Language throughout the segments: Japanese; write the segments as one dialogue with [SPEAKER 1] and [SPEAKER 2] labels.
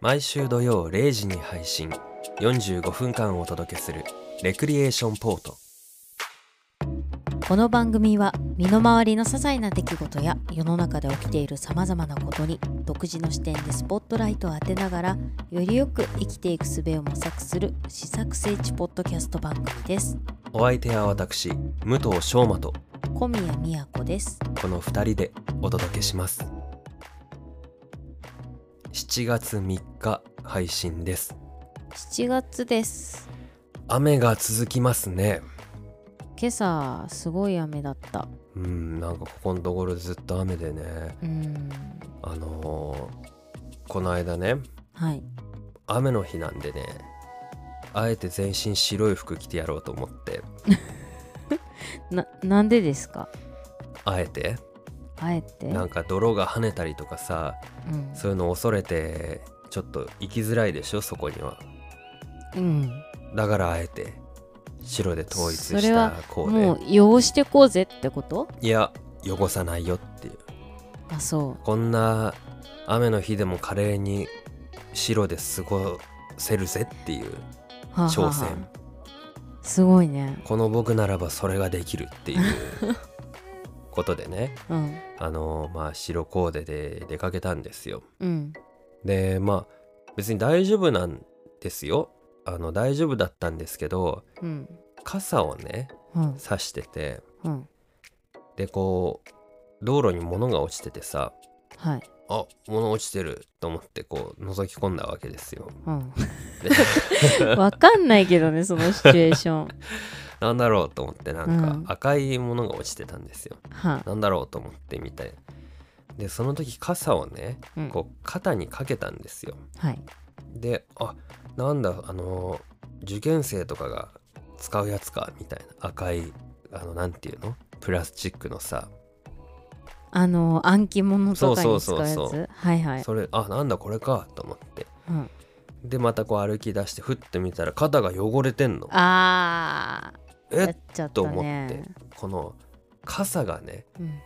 [SPEAKER 1] 毎週土曜0時に配信45分間お届けする「レクリエーションポート
[SPEAKER 2] この番組は身の回りの些細な出来事や世の中で起きているさまざまなことに独自の視点でスポットライトを当てながらよりよく生きていく術を模索する試作聖地ポッドキャスト番組です」
[SPEAKER 1] お相手は私武藤翔馬と
[SPEAKER 2] 小宮宮子です
[SPEAKER 1] この2人でお届けします7月3日配信です
[SPEAKER 2] 7月です
[SPEAKER 1] 雨が続きますね
[SPEAKER 2] 今朝すごい雨だった
[SPEAKER 1] うんなんかここのところずっと雨でね
[SPEAKER 2] うん
[SPEAKER 1] あのーこの間ね
[SPEAKER 2] はい
[SPEAKER 1] 雨の日なんでねあえて全身白い服着てやろうと思って
[SPEAKER 2] ななんでですか
[SPEAKER 1] あえて
[SPEAKER 2] あえて
[SPEAKER 1] なんか泥が跳ねたりとかさ
[SPEAKER 2] うん
[SPEAKER 1] そういうの恐れてちょっと行きづらいでしょそこには
[SPEAKER 2] うん
[SPEAKER 1] だからあえて白で統一
[SPEAKER 2] そ
[SPEAKER 1] し
[SPEAKER 2] れ
[SPEAKER 1] た
[SPEAKER 2] は
[SPEAKER 1] コ
[SPEAKER 2] も
[SPEAKER 1] ー
[SPEAKER 2] う用してこうぜってこと
[SPEAKER 1] デいや汚さないよっていう
[SPEAKER 2] あそ
[SPEAKER 1] こんな雨の日でも華麗に白で過ごせるぜっていう
[SPEAKER 2] うはあはあはあ
[SPEAKER 1] 挑戦
[SPEAKER 2] すごいね
[SPEAKER 1] この僕ならばそれができるっていう ことでね
[SPEAKER 2] うん
[SPEAKER 1] あのまあ白コーデで出かけたんですよ
[SPEAKER 2] うん
[SPEAKER 1] でまあ別に大丈夫なんですよあの大丈夫だったんですけど
[SPEAKER 2] うん
[SPEAKER 1] 傘をね
[SPEAKER 2] うん
[SPEAKER 1] 差してて
[SPEAKER 2] うん
[SPEAKER 1] でこう道路に物が落ちててさ
[SPEAKER 2] はい
[SPEAKER 1] あ物落ちてると思ってこう覗き込んだわけですよ。
[SPEAKER 2] うん
[SPEAKER 1] で
[SPEAKER 2] わかんないけどねそのシチュエーション
[SPEAKER 1] なんだろうと思ってな
[SPEAKER 2] うんん
[SPEAKER 1] か赤いものが落ちてたんですよ。
[SPEAKER 2] はあ
[SPEAKER 1] なんだろうと思ってみたいでその時傘をね
[SPEAKER 2] うん
[SPEAKER 1] こう肩にかけたんですよ。
[SPEAKER 2] はい
[SPEAKER 1] であなんだあの受験生とかが使うやつかみたいな赤いあのなんていうのプラスチックのさ、
[SPEAKER 2] あの暗記物とか
[SPEAKER 1] そう
[SPEAKER 2] に
[SPEAKER 1] そ
[SPEAKER 2] 使
[SPEAKER 1] うそ
[SPEAKER 2] う
[SPEAKER 1] う
[SPEAKER 2] や
[SPEAKER 1] そう
[SPEAKER 2] つはいはい
[SPEAKER 1] それあなんだこれかと思って
[SPEAKER 2] うん
[SPEAKER 1] でまたこう歩き出してふってみたら肩が汚れてんの
[SPEAKER 2] あーや
[SPEAKER 1] え
[SPEAKER 2] っちゃっ
[SPEAKER 1] と
[SPEAKER 2] た
[SPEAKER 1] 思って
[SPEAKER 2] ね
[SPEAKER 1] この傘がね
[SPEAKER 2] うん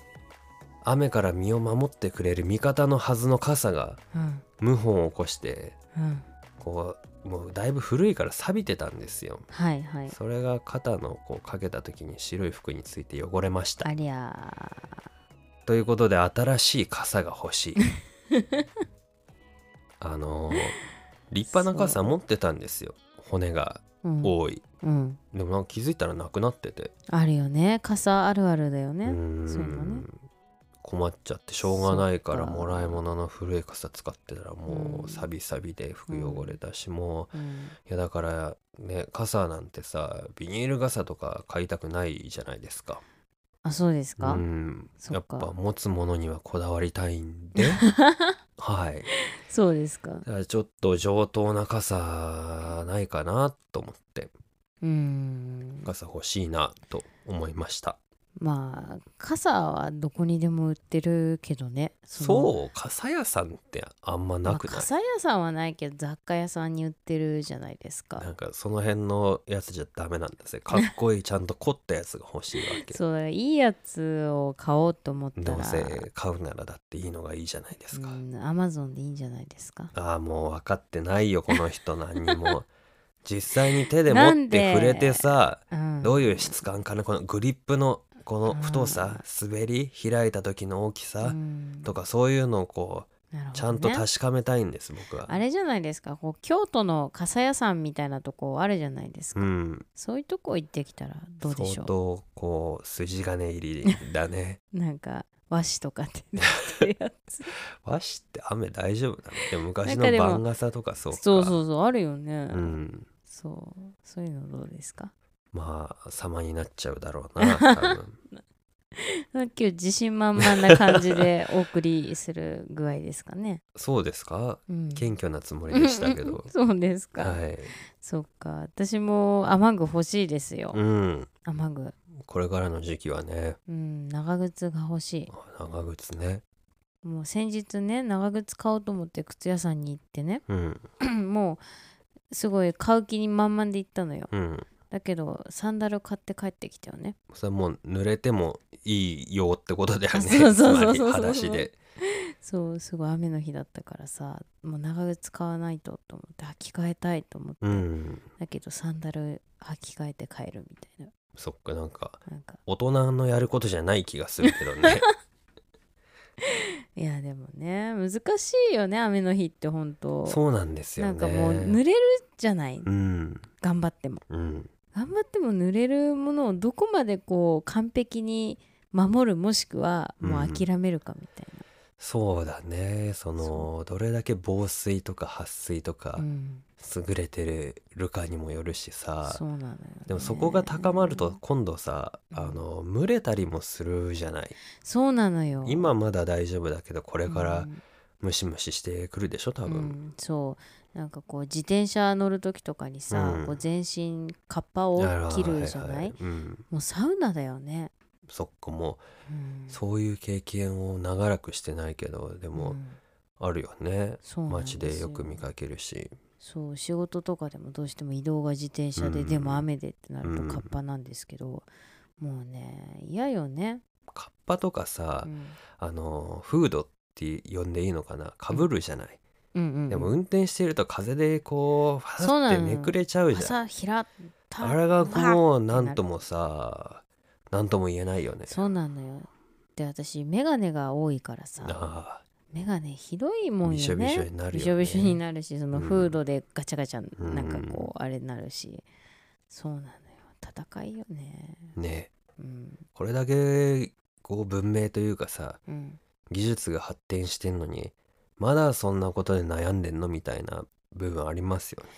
[SPEAKER 1] 雨から身を守ってくれる味方のはずの傘が
[SPEAKER 2] うん
[SPEAKER 1] 謀反を起こして
[SPEAKER 2] うん
[SPEAKER 1] こうもうだいぶ古いから錆びてたんですよ
[SPEAKER 2] はいはい
[SPEAKER 1] それが肩のこうかけた時に白い服について汚れました
[SPEAKER 2] ありゃ
[SPEAKER 1] ということで新しい傘が欲 しいあのー立派な傘持ってたんですよ骨が
[SPEAKER 2] ーうん
[SPEAKER 1] 多い、
[SPEAKER 2] うん
[SPEAKER 1] でもなんか気づいたらなくなってて、
[SPEAKER 2] あるよね傘あるあるだ
[SPEAKER 1] う
[SPEAKER 2] よ
[SPEAKER 1] ー
[SPEAKER 2] ね
[SPEAKER 1] ん
[SPEAKER 2] そうだね
[SPEAKER 1] 困っちゃってしょうがないから
[SPEAKER 2] そっか
[SPEAKER 1] もらい物の古い傘使ってたらも
[SPEAKER 2] う
[SPEAKER 1] うんサビサビで服汚れたし、も
[SPEAKER 2] うん
[SPEAKER 1] ういやだからね傘なんてさビニール傘とか買いたくないじゃないですか
[SPEAKER 2] あそうですか
[SPEAKER 1] うん
[SPEAKER 2] そ
[SPEAKER 1] や
[SPEAKER 2] っ
[SPEAKER 1] っ
[SPEAKER 2] か
[SPEAKER 1] ぱ持つものにはこだわりたいん ではい
[SPEAKER 2] そうですか
[SPEAKER 1] だからちょっと上等な傘ないかなと思って
[SPEAKER 2] うん
[SPEAKER 1] 傘欲しいなと思いました
[SPEAKER 2] まあ傘はどこにでも売ってるけどね
[SPEAKER 1] そう
[SPEAKER 2] の
[SPEAKER 1] 傘屋さんってあんま
[SPEAKER 2] ま
[SPEAKER 1] な
[SPEAKER 2] あ
[SPEAKER 1] くない、
[SPEAKER 2] 傘屋さんはないけど雑貨屋さんに売ってるじゃないです
[SPEAKER 1] なん
[SPEAKER 2] か
[SPEAKER 1] かその辺のやつじゃダメなんですよかっこいいちゃんと凝ったやつが欲しいわけ
[SPEAKER 2] そうだからいいやつを買おうと思った
[SPEAKER 1] どう
[SPEAKER 2] ら
[SPEAKER 1] せ買うならだっていいのがいいじゃないですか、
[SPEAKER 2] アマゾンでいいんじゃないですか
[SPEAKER 1] ああもう分かってないよこの人何に も実際に手で持って触れてさ
[SPEAKER 2] うん
[SPEAKER 1] どういう質感かなこのグリップのこの太さ
[SPEAKER 2] あ
[SPEAKER 1] 滑り開いた時の大きさ、
[SPEAKER 2] うん
[SPEAKER 1] とかそういうのをこ
[SPEAKER 2] なるほどね
[SPEAKER 1] うちゃんと確かめたいんです、僕は。
[SPEAKER 2] あれじゃないですかこう京都の傘屋さんみたいなとこあるじゃないですか、
[SPEAKER 1] うん、
[SPEAKER 2] そういうとこ行ってきたらどうでしょ
[SPEAKER 1] 相当こう筋金入りだね。
[SPEAKER 2] うなんか和紙とかって出てるやつ
[SPEAKER 1] 和紙って雨大丈夫なのでも昔
[SPEAKER 2] なんか
[SPEAKER 1] の
[SPEAKER 2] でも
[SPEAKER 1] 番傘とかそうか。
[SPEAKER 2] そうそうそうあるよね、
[SPEAKER 1] うん、
[SPEAKER 2] そうそういうのどうですか
[SPEAKER 1] まあ様になっちゃうだろう な多分
[SPEAKER 2] 今日自信満々な感じでお送りする具合ですかね。
[SPEAKER 1] そうですか
[SPEAKER 2] うん、
[SPEAKER 1] 謙虚なつもりでしたけど。
[SPEAKER 2] そうですか。
[SPEAKER 1] はい、
[SPEAKER 2] そうか。私も雨具欲しいですよ。
[SPEAKER 1] うん、
[SPEAKER 2] 雨具。
[SPEAKER 1] これからの時期はね
[SPEAKER 2] うん、長靴が欲し
[SPEAKER 1] 長靴ね、
[SPEAKER 2] い。もう先日ね、長靴買おうと思って靴屋さんに行ってね、
[SPEAKER 1] うん
[SPEAKER 2] もうすごい買う気に満々で行ったのよ。
[SPEAKER 1] うん、
[SPEAKER 2] だけど、サンダル買って帰ってきたよね。
[SPEAKER 1] それはもう濡れてもいいよってことだよね
[SPEAKER 2] そうそうそうそう
[SPEAKER 1] つまり裸足で
[SPEAKER 2] そうすごい雨の日だったからさもう長靴買わないとと思って履き替えたいと思って、
[SPEAKER 1] うん
[SPEAKER 2] だけどサンダル履き替えて帰るみたい
[SPEAKER 1] そっかなんか
[SPEAKER 2] ななんか
[SPEAKER 1] 大人のやることじゃない気がするけど ね
[SPEAKER 2] いやでもね難しいよね雨の日って本当
[SPEAKER 1] そうなんですよ
[SPEAKER 2] な
[SPEAKER 1] ね
[SPEAKER 2] んかもう濡れるじゃない
[SPEAKER 1] うん
[SPEAKER 2] 頑張っても
[SPEAKER 1] うん
[SPEAKER 2] 頑張っても濡れるものをどこまでこう完璧に守るもしくはもう諦めるかみたい
[SPEAKER 1] そうだねその
[SPEAKER 2] そ
[SPEAKER 1] どれだけ防水とか撥水とか
[SPEAKER 2] な、うん、
[SPEAKER 1] 優れてるかにもよるしさ、
[SPEAKER 2] そうなのよ、ね、
[SPEAKER 1] でもそこが高まると今度さ、あの蒸れたりもするじゃない
[SPEAKER 2] そうなのよ
[SPEAKER 1] 今まだ大丈夫だけどこれか
[SPEAKER 2] う
[SPEAKER 1] ら
[SPEAKER 2] ん
[SPEAKER 1] ムシムシしてくるでしょ多
[SPEAKER 2] う
[SPEAKER 1] 分、
[SPEAKER 2] ん、そうなんかこう自転車乗る時とかにさ、
[SPEAKER 1] うん
[SPEAKER 2] こう全身カッパ
[SPEAKER 1] あ
[SPEAKER 2] を
[SPEAKER 1] ら
[SPEAKER 2] 切るじゃない
[SPEAKER 1] はいはいうん、
[SPEAKER 2] もうサウナだよね、
[SPEAKER 1] そっかも
[SPEAKER 2] うん
[SPEAKER 1] うそういう経験を長らくしてないけどでも
[SPEAKER 2] ん
[SPEAKER 1] あるよね、
[SPEAKER 2] そうなん
[SPEAKER 1] 街
[SPEAKER 2] す
[SPEAKER 1] でよく見かけるし
[SPEAKER 2] そう仕事とかでもどうしても移動が自転車で、
[SPEAKER 1] うん
[SPEAKER 2] でも雨でってなる
[SPEAKER 1] う
[SPEAKER 2] と
[SPEAKER 1] ん
[SPEAKER 2] カッパなんですけど、もうね嫌よね、
[SPEAKER 1] カッパとかさ、
[SPEAKER 2] うん、
[SPEAKER 1] あのフードって呼んでいいのかなかぶるじゃない、
[SPEAKER 2] うんうんうん
[SPEAKER 1] でも運転していると風でこうフ
[SPEAKER 2] そ
[SPEAKER 1] ァ
[SPEAKER 2] うな
[SPEAKER 1] っ
[SPEAKER 2] の
[SPEAKER 1] て
[SPEAKER 2] よ
[SPEAKER 1] めくれちゃうじゃん
[SPEAKER 2] 朝ひらた
[SPEAKER 1] あれが
[SPEAKER 2] う
[SPEAKER 1] もう何ともさ何とも言えないよね
[SPEAKER 2] そうなのよで私眼鏡が多いからさ
[SPEAKER 1] あ
[SPEAKER 2] 眼鏡ひどいもんよね
[SPEAKER 1] びしょびしょになるよね
[SPEAKER 2] びしょびしょになるしその
[SPEAKER 1] うん
[SPEAKER 2] フードでガチャガチ
[SPEAKER 1] う
[SPEAKER 2] ャ
[SPEAKER 1] ん
[SPEAKER 2] なんかこうあれになるし、そうなのよ戦いよね
[SPEAKER 1] あね
[SPEAKER 2] うん
[SPEAKER 1] これだけこう文明というかさ
[SPEAKER 2] うん
[SPEAKER 1] 技術が発展してんのにまだそんなことで悩んでんのみたいな部分ありますよね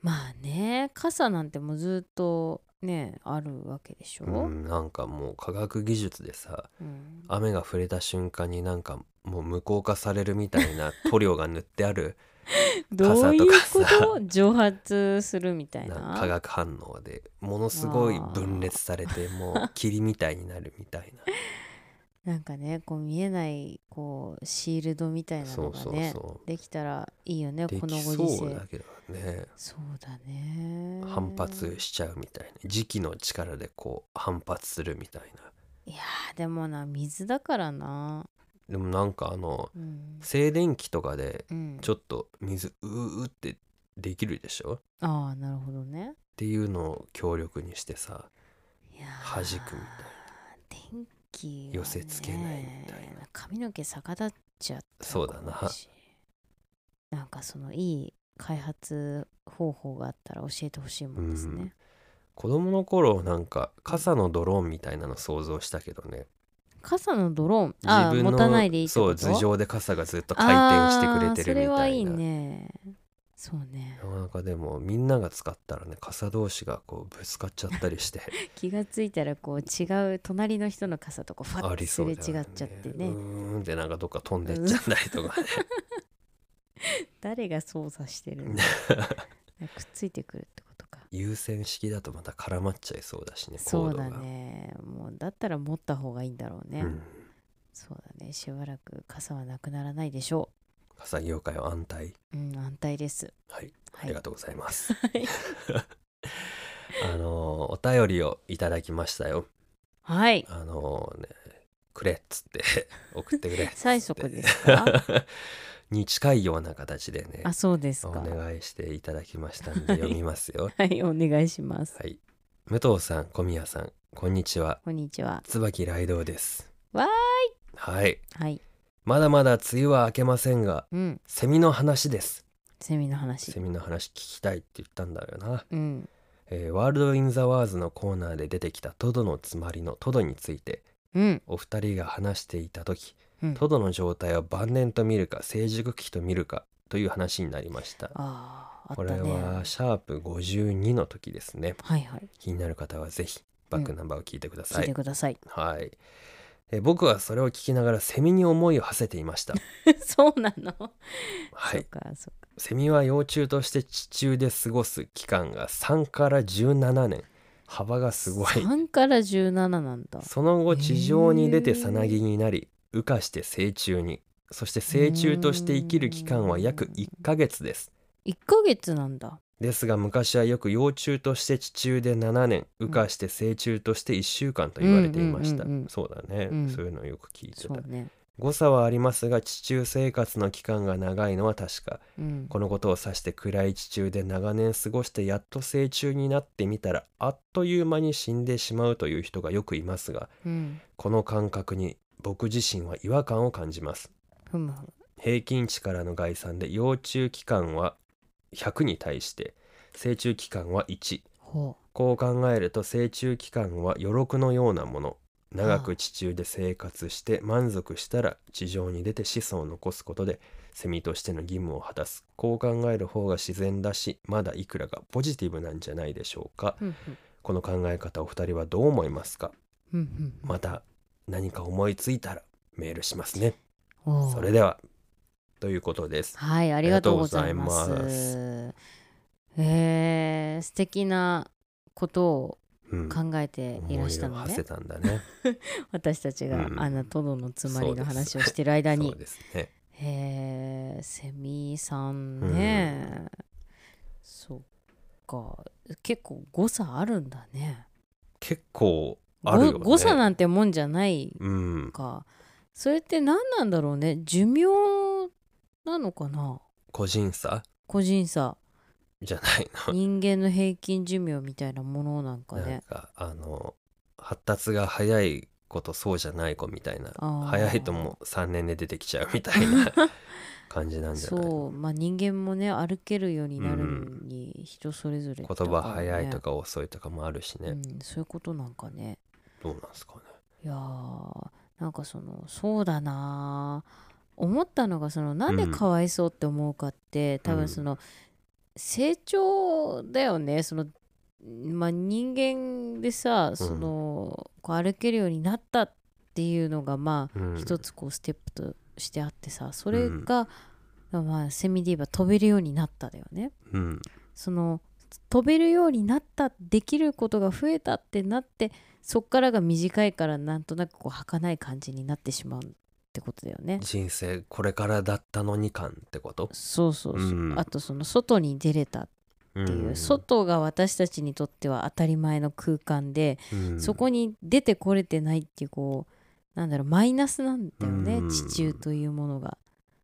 [SPEAKER 2] まあね傘なんてもうずっとねあるわけでしょ、
[SPEAKER 1] うんなんかもう科学技術でさ
[SPEAKER 2] うん
[SPEAKER 1] 雨が触れた瞬間になんかもう無効化されるみたいな塗料が塗ってあ る
[SPEAKER 2] どういうこ
[SPEAKER 1] 傘とか
[SPEAKER 2] と蒸発するみたい
[SPEAKER 1] な
[SPEAKER 2] な
[SPEAKER 1] 化学反応でものすごい分裂されてもう霧みたいになるみたいな
[SPEAKER 2] なんかねこう見えないこうシールドみたい な
[SPEAKER 1] そ
[SPEAKER 2] の
[SPEAKER 1] う
[SPEAKER 2] がね
[SPEAKER 1] そうそう
[SPEAKER 2] できたらいいよね
[SPEAKER 1] で
[SPEAKER 2] この
[SPEAKER 1] き
[SPEAKER 2] ご時
[SPEAKER 1] そう
[SPEAKER 2] 世
[SPEAKER 1] だけどね
[SPEAKER 2] そうだね
[SPEAKER 1] 反発しちゃうみたいな磁気の力でこう反発するみたいない
[SPEAKER 2] やーでもな水だからな
[SPEAKER 1] でもなんかあの
[SPEAKER 2] うん、
[SPEAKER 1] 静電気とかで
[SPEAKER 2] うん、
[SPEAKER 1] ちょっと水うーってできるでしょっ
[SPEAKER 2] ああなるほどね
[SPEAKER 1] ていうのを強力にしてさ
[SPEAKER 2] いや
[SPEAKER 1] 弾くみたいな
[SPEAKER 2] 電気はね、
[SPEAKER 1] 寄せ付けないみたいな
[SPEAKER 2] 髪の毛逆立っちゃった
[SPEAKER 1] そうだな
[SPEAKER 2] 怖いしなんかそのいい開発方法があったら教えてほしいもんですね、
[SPEAKER 1] 子供の頃なんか傘のドローンみたいなの想像したけどね
[SPEAKER 2] 傘のドローンああ
[SPEAKER 1] の
[SPEAKER 2] 持たないでいいって
[SPEAKER 1] そ
[SPEAKER 2] こ
[SPEAKER 1] う
[SPEAKER 2] と
[SPEAKER 1] 頭上で傘がずっと回転してくれてるみ
[SPEAKER 2] あーそれ
[SPEAKER 1] た
[SPEAKER 2] はいい
[SPEAKER 1] な。
[SPEAKER 2] ねそう ね
[SPEAKER 1] なかなかでもみんなが使ったらね傘同士がこうぶつかっちゃったりして
[SPEAKER 2] 気がついたらこう違う隣の人の傘とこうファ
[SPEAKER 1] あ
[SPEAKER 2] ッ
[SPEAKER 1] り
[SPEAKER 2] てす
[SPEAKER 1] そ
[SPEAKER 2] れ
[SPEAKER 1] う
[SPEAKER 2] 違っ
[SPEAKER 1] だよね
[SPEAKER 2] ちゃって
[SPEAKER 1] う
[SPEAKER 2] ね
[SPEAKER 1] ーんってなんかどっか飛んでっちゃったりとかね
[SPEAKER 2] 誰が操作してる のくっついてくるってことか
[SPEAKER 1] 優先式だとまた絡まっちゃいそうだしねコ
[SPEAKER 2] そ
[SPEAKER 1] ー
[SPEAKER 2] う
[SPEAKER 1] ドが
[SPEAKER 2] だねもうだったら持った方がいいんだろうね、
[SPEAKER 1] うん、
[SPEAKER 2] そうだねしばらく傘はなくならないでしょ
[SPEAKER 1] 傘業界は安泰
[SPEAKER 2] ううん安泰です
[SPEAKER 1] はい
[SPEAKER 2] は
[SPEAKER 1] あり
[SPEAKER 2] い
[SPEAKER 1] がとうございます、
[SPEAKER 2] い
[SPEAKER 1] あのーお便りをいただきましたよ
[SPEAKER 2] はい
[SPEAKER 1] あのーねくれっつって 送ってくれっつって
[SPEAKER 2] 催促ですか
[SPEAKER 1] に近いような形でね
[SPEAKER 2] あそうです
[SPEAKER 1] お
[SPEAKER 2] か
[SPEAKER 1] 願いしていただきましたんで 読みますよ
[SPEAKER 2] はいお願いします
[SPEAKER 1] はい。武藤さん、小宮さん、こんにちは。
[SPEAKER 2] こんにちは
[SPEAKER 1] 椿雷道です。
[SPEAKER 2] わーい
[SPEAKER 1] はい。
[SPEAKER 2] はい
[SPEAKER 1] まだまだ梅雨は明けませんが、
[SPEAKER 2] うん
[SPEAKER 1] セミの話です。
[SPEAKER 2] セミの話
[SPEAKER 1] セミの話聞きたいって言ったんだよな。
[SPEAKER 2] うん
[SPEAKER 1] えーワールド・イン・ザ・ワーズのコーナーで出てきたトドのつまりのトドについて、
[SPEAKER 2] うん
[SPEAKER 1] お二人が話していた時、
[SPEAKER 2] うん
[SPEAKER 1] トドの状態を晩年と見るか成熟期と見るかという話になりました。
[SPEAKER 2] あああったね
[SPEAKER 1] これはシャープ52の時ですね。
[SPEAKER 2] はいはい
[SPEAKER 1] 気になる方はぜひバックナンバーを聞いてくださ
[SPEAKER 2] 聞い
[SPEAKER 1] い
[SPEAKER 2] て。ください
[SPEAKER 1] はい。え僕はそれを聞きながらセミに思いを馳せていました。
[SPEAKER 2] そうなの
[SPEAKER 1] は
[SPEAKER 2] そっ
[SPEAKER 1] い。
[SPEAKER 2] かそっか
[SPEAKER 1] セミは幼虫として地中で過ごす期間が3から17年。幅がすごい。
[SPEAKER 2] 3から17なんだ
[SPEAKER 1] その後地上に出
[SPEAKER 2] へ
[SPEAKER 1] て
[SPEAKER 2] ー
[SPEAKER 1] さなぎになり、羽化して成虫に。そして成虫として生きる期間は約1ヶ月です。
[SPEAKER 2] 1ヶ月なんだ
[SPEAKER 1] ですが昔はよく幼虫として地中で7年
[SPEAKER 2] ん
[SPEAKER 1] 羽化して成虫として1週間と言われていました、
[SPEAKER 2] うんうんうんうん
[SPEAKER 1] そうだね、
[SPEAKER 2] うん
[SPEAKER 1] そういうのをよく聞いて
[SPEAKER 2] そ
[SPEAKER 1] た
[SPEAKER 2] うね
[SPEAKER 1] 誤差はありますが地中生活の期間が長いのは確か
[SPEAKER 2] うん
[SPEAKER 1] このことを指して暗い地中で長年過ごしてやっと成虫になってみたらあっという間に死んでしまうという人がよくいますが
[SPEAKER 2] うん
[SPEAKER 1] この感覚に僕自身は違和感を感じます
[SPEAKER 2] ふむふむ
[SPEAKER 1] 平均値からの概算で幼虫期間は100に対して成虫期間は1
[SPEAKER 2] ほ
[SPEAKER 1] こう考えると成虫期間は余力のようなもの長く地中で生活して満足したら地上に出て子孫を残すことでセミとしての義務を果たすこう考える方が自然だしまだいくらかポジティブなんじゃないでしょうか
[SPEAKER 2] うふむふむ
[SPEAKER 1] この考え方お二人はどう思いますか
[SPEAKER 2] ふむふむ
[SPEAKER 1] また何か思いついたらメールしますね
[SPEAKER 2] おう
[SPEAKER 1] それではということです
[SPEAKER 2] はい、ありがとうございます。
[SPEAKER 1] ありがとうご
[SPEAKER 2] えー、素敵なことを
[SPEAKER 1] うん
[SPEAKER 2] 考えていらした
[SPEAKER 1] 思い
[SPEAKER 2] の
[SPEAKER 1] を馳
[SPEAKER 2] ね、
[SPEAKER 1] せたんだね
[SPEAKER 2] 私たちが、
[SPEAKER 1] うん
[SPEAKER 2] あのトドのつまり
[SPEAKER 1] そうで
[SPEAKER 2] の
[SPEAKER 1] す
[SPEAKER 2] 話をしてる間
[SPEAKER 1] そ
[SPEAKER 2] に
[SPEAKER 1] う、ですね
[SPEAKER 2] えー、セミさんね、そっか結構誤差あるんだね
[SPEAKER 1] 結構
[SPEAKER 2] ご
[SPEAKER 1] あるよね
[SPEAKER 2] 誤差なんてもんじゃない
[SPEAKER 1] うん
[SPEAKER 2] かそれって何なんだろうね寿命なのかな
[SPEAKER 1] 個人差
[SPEAKER 2] 個人差
[SPEAKER 1] じゃないの
[SPEAKER 2] 人間の平均寿命みたいなものなんか
[SPEAKER 1] なん
[SPEAKER 2] ね
[SPEAKER 1] かあの発達が早い子とそうじゃない子みたいな
[SPEAKER 2] あー
[SPEAKER 1] 早いともう3年で出てきちゃうみたい な感じなんじゃない
[SPEAKER 2] そうまあ人間もね歩けるようになるのに人それぞれ、
[SPEAKER 1] 言葉早いと
[SPEAKER 2] か
[SPEAKER 1] か遅いとかもあるしね、
[SPEAKER 2] らね、うん、そういうことなんかね
[SPEAKER 1] どうなんですかね
[SPEAKER 2] いやーなんかそのそうだなー思ったのがそのなんでかわいそうって思うかって、多分その成長だよねその、まあ、人間でさその、こう歩けるようになったっていうのがまあ、
[SPEAKER 1] うん
[SPEAKER 2] 一つこうステップとしてあってさそれが、まあ、セミで言えば飛べるようになっただよね。
[SPEAKER 1] うん
[SPEAKER 2] その飛べるようになったできることが増えたってなってそっからが短いからなんとなくこう儚い感じになってしまうってことだよね。
[SPEAKER 1] 人生これからだったのに感ってこと
[SPEAKER 2] そうそうそう、
[SPEAKER 1] うん
[SPEAKER 2] あとその外に出れたっ
[SPEAKER 1] うん
[SPEAKER 2] ていう、外が私たちにとっては当たり前の空間で、
[SPEAKER 1] うん
[SPEAKER 2] そこに出てこれてないっていうこうなんだろうマイナスなんだよね、
[SPEAKER 1] うん
[SPEAKER 2] 地中というものが。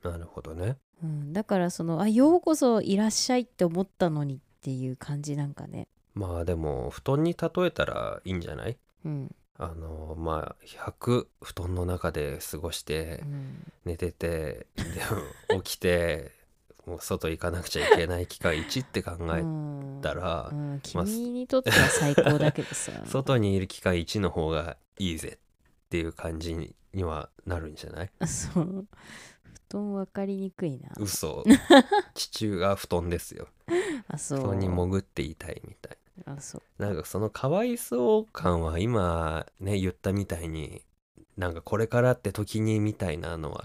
[SPEAKER 1] なるほどね
[SPEAKER 2] うん、だからそのあようこそいらっしゃいって思ったのにっていう感じなんかね。
[SPEAKER 1] まあでも布団に例えたらいいんじゃない
[SPEAKER 2] うん
[SPEAKER 1] あのまあ100布団の中で過ごして
[SPEAKER 2] うん
[SPEAKER 1] 寝ててでも起きてもう外行かなくちゃいけない期間1って考
[SPEAKER 2] う
[SPEAKER 1] え
[SPEAKER 2] ん
[SPEAKER 1] たら
[SPEAKER 2] う、ん、君にとっては最高だけどさ
[SPEAKER 1] 外にいる期間1の方がいいぜっていう感じにはなるんじゃない
[SPEAKER 2] そう布団分かりにくいな
[SPEAKER 1] 嘘地中が布団ですよ
[SPEAKER 2] あそ
[SPEAKER 1] 布
[SPEAKER 2] う
[SPEAKER 1] 団に潜っていたいみたい
[SPEAKER 2] あそう
[SPEAKER 1] ななんかそのかわいそう感は今ね言ったみたいになんかこれからって時にみたいなのは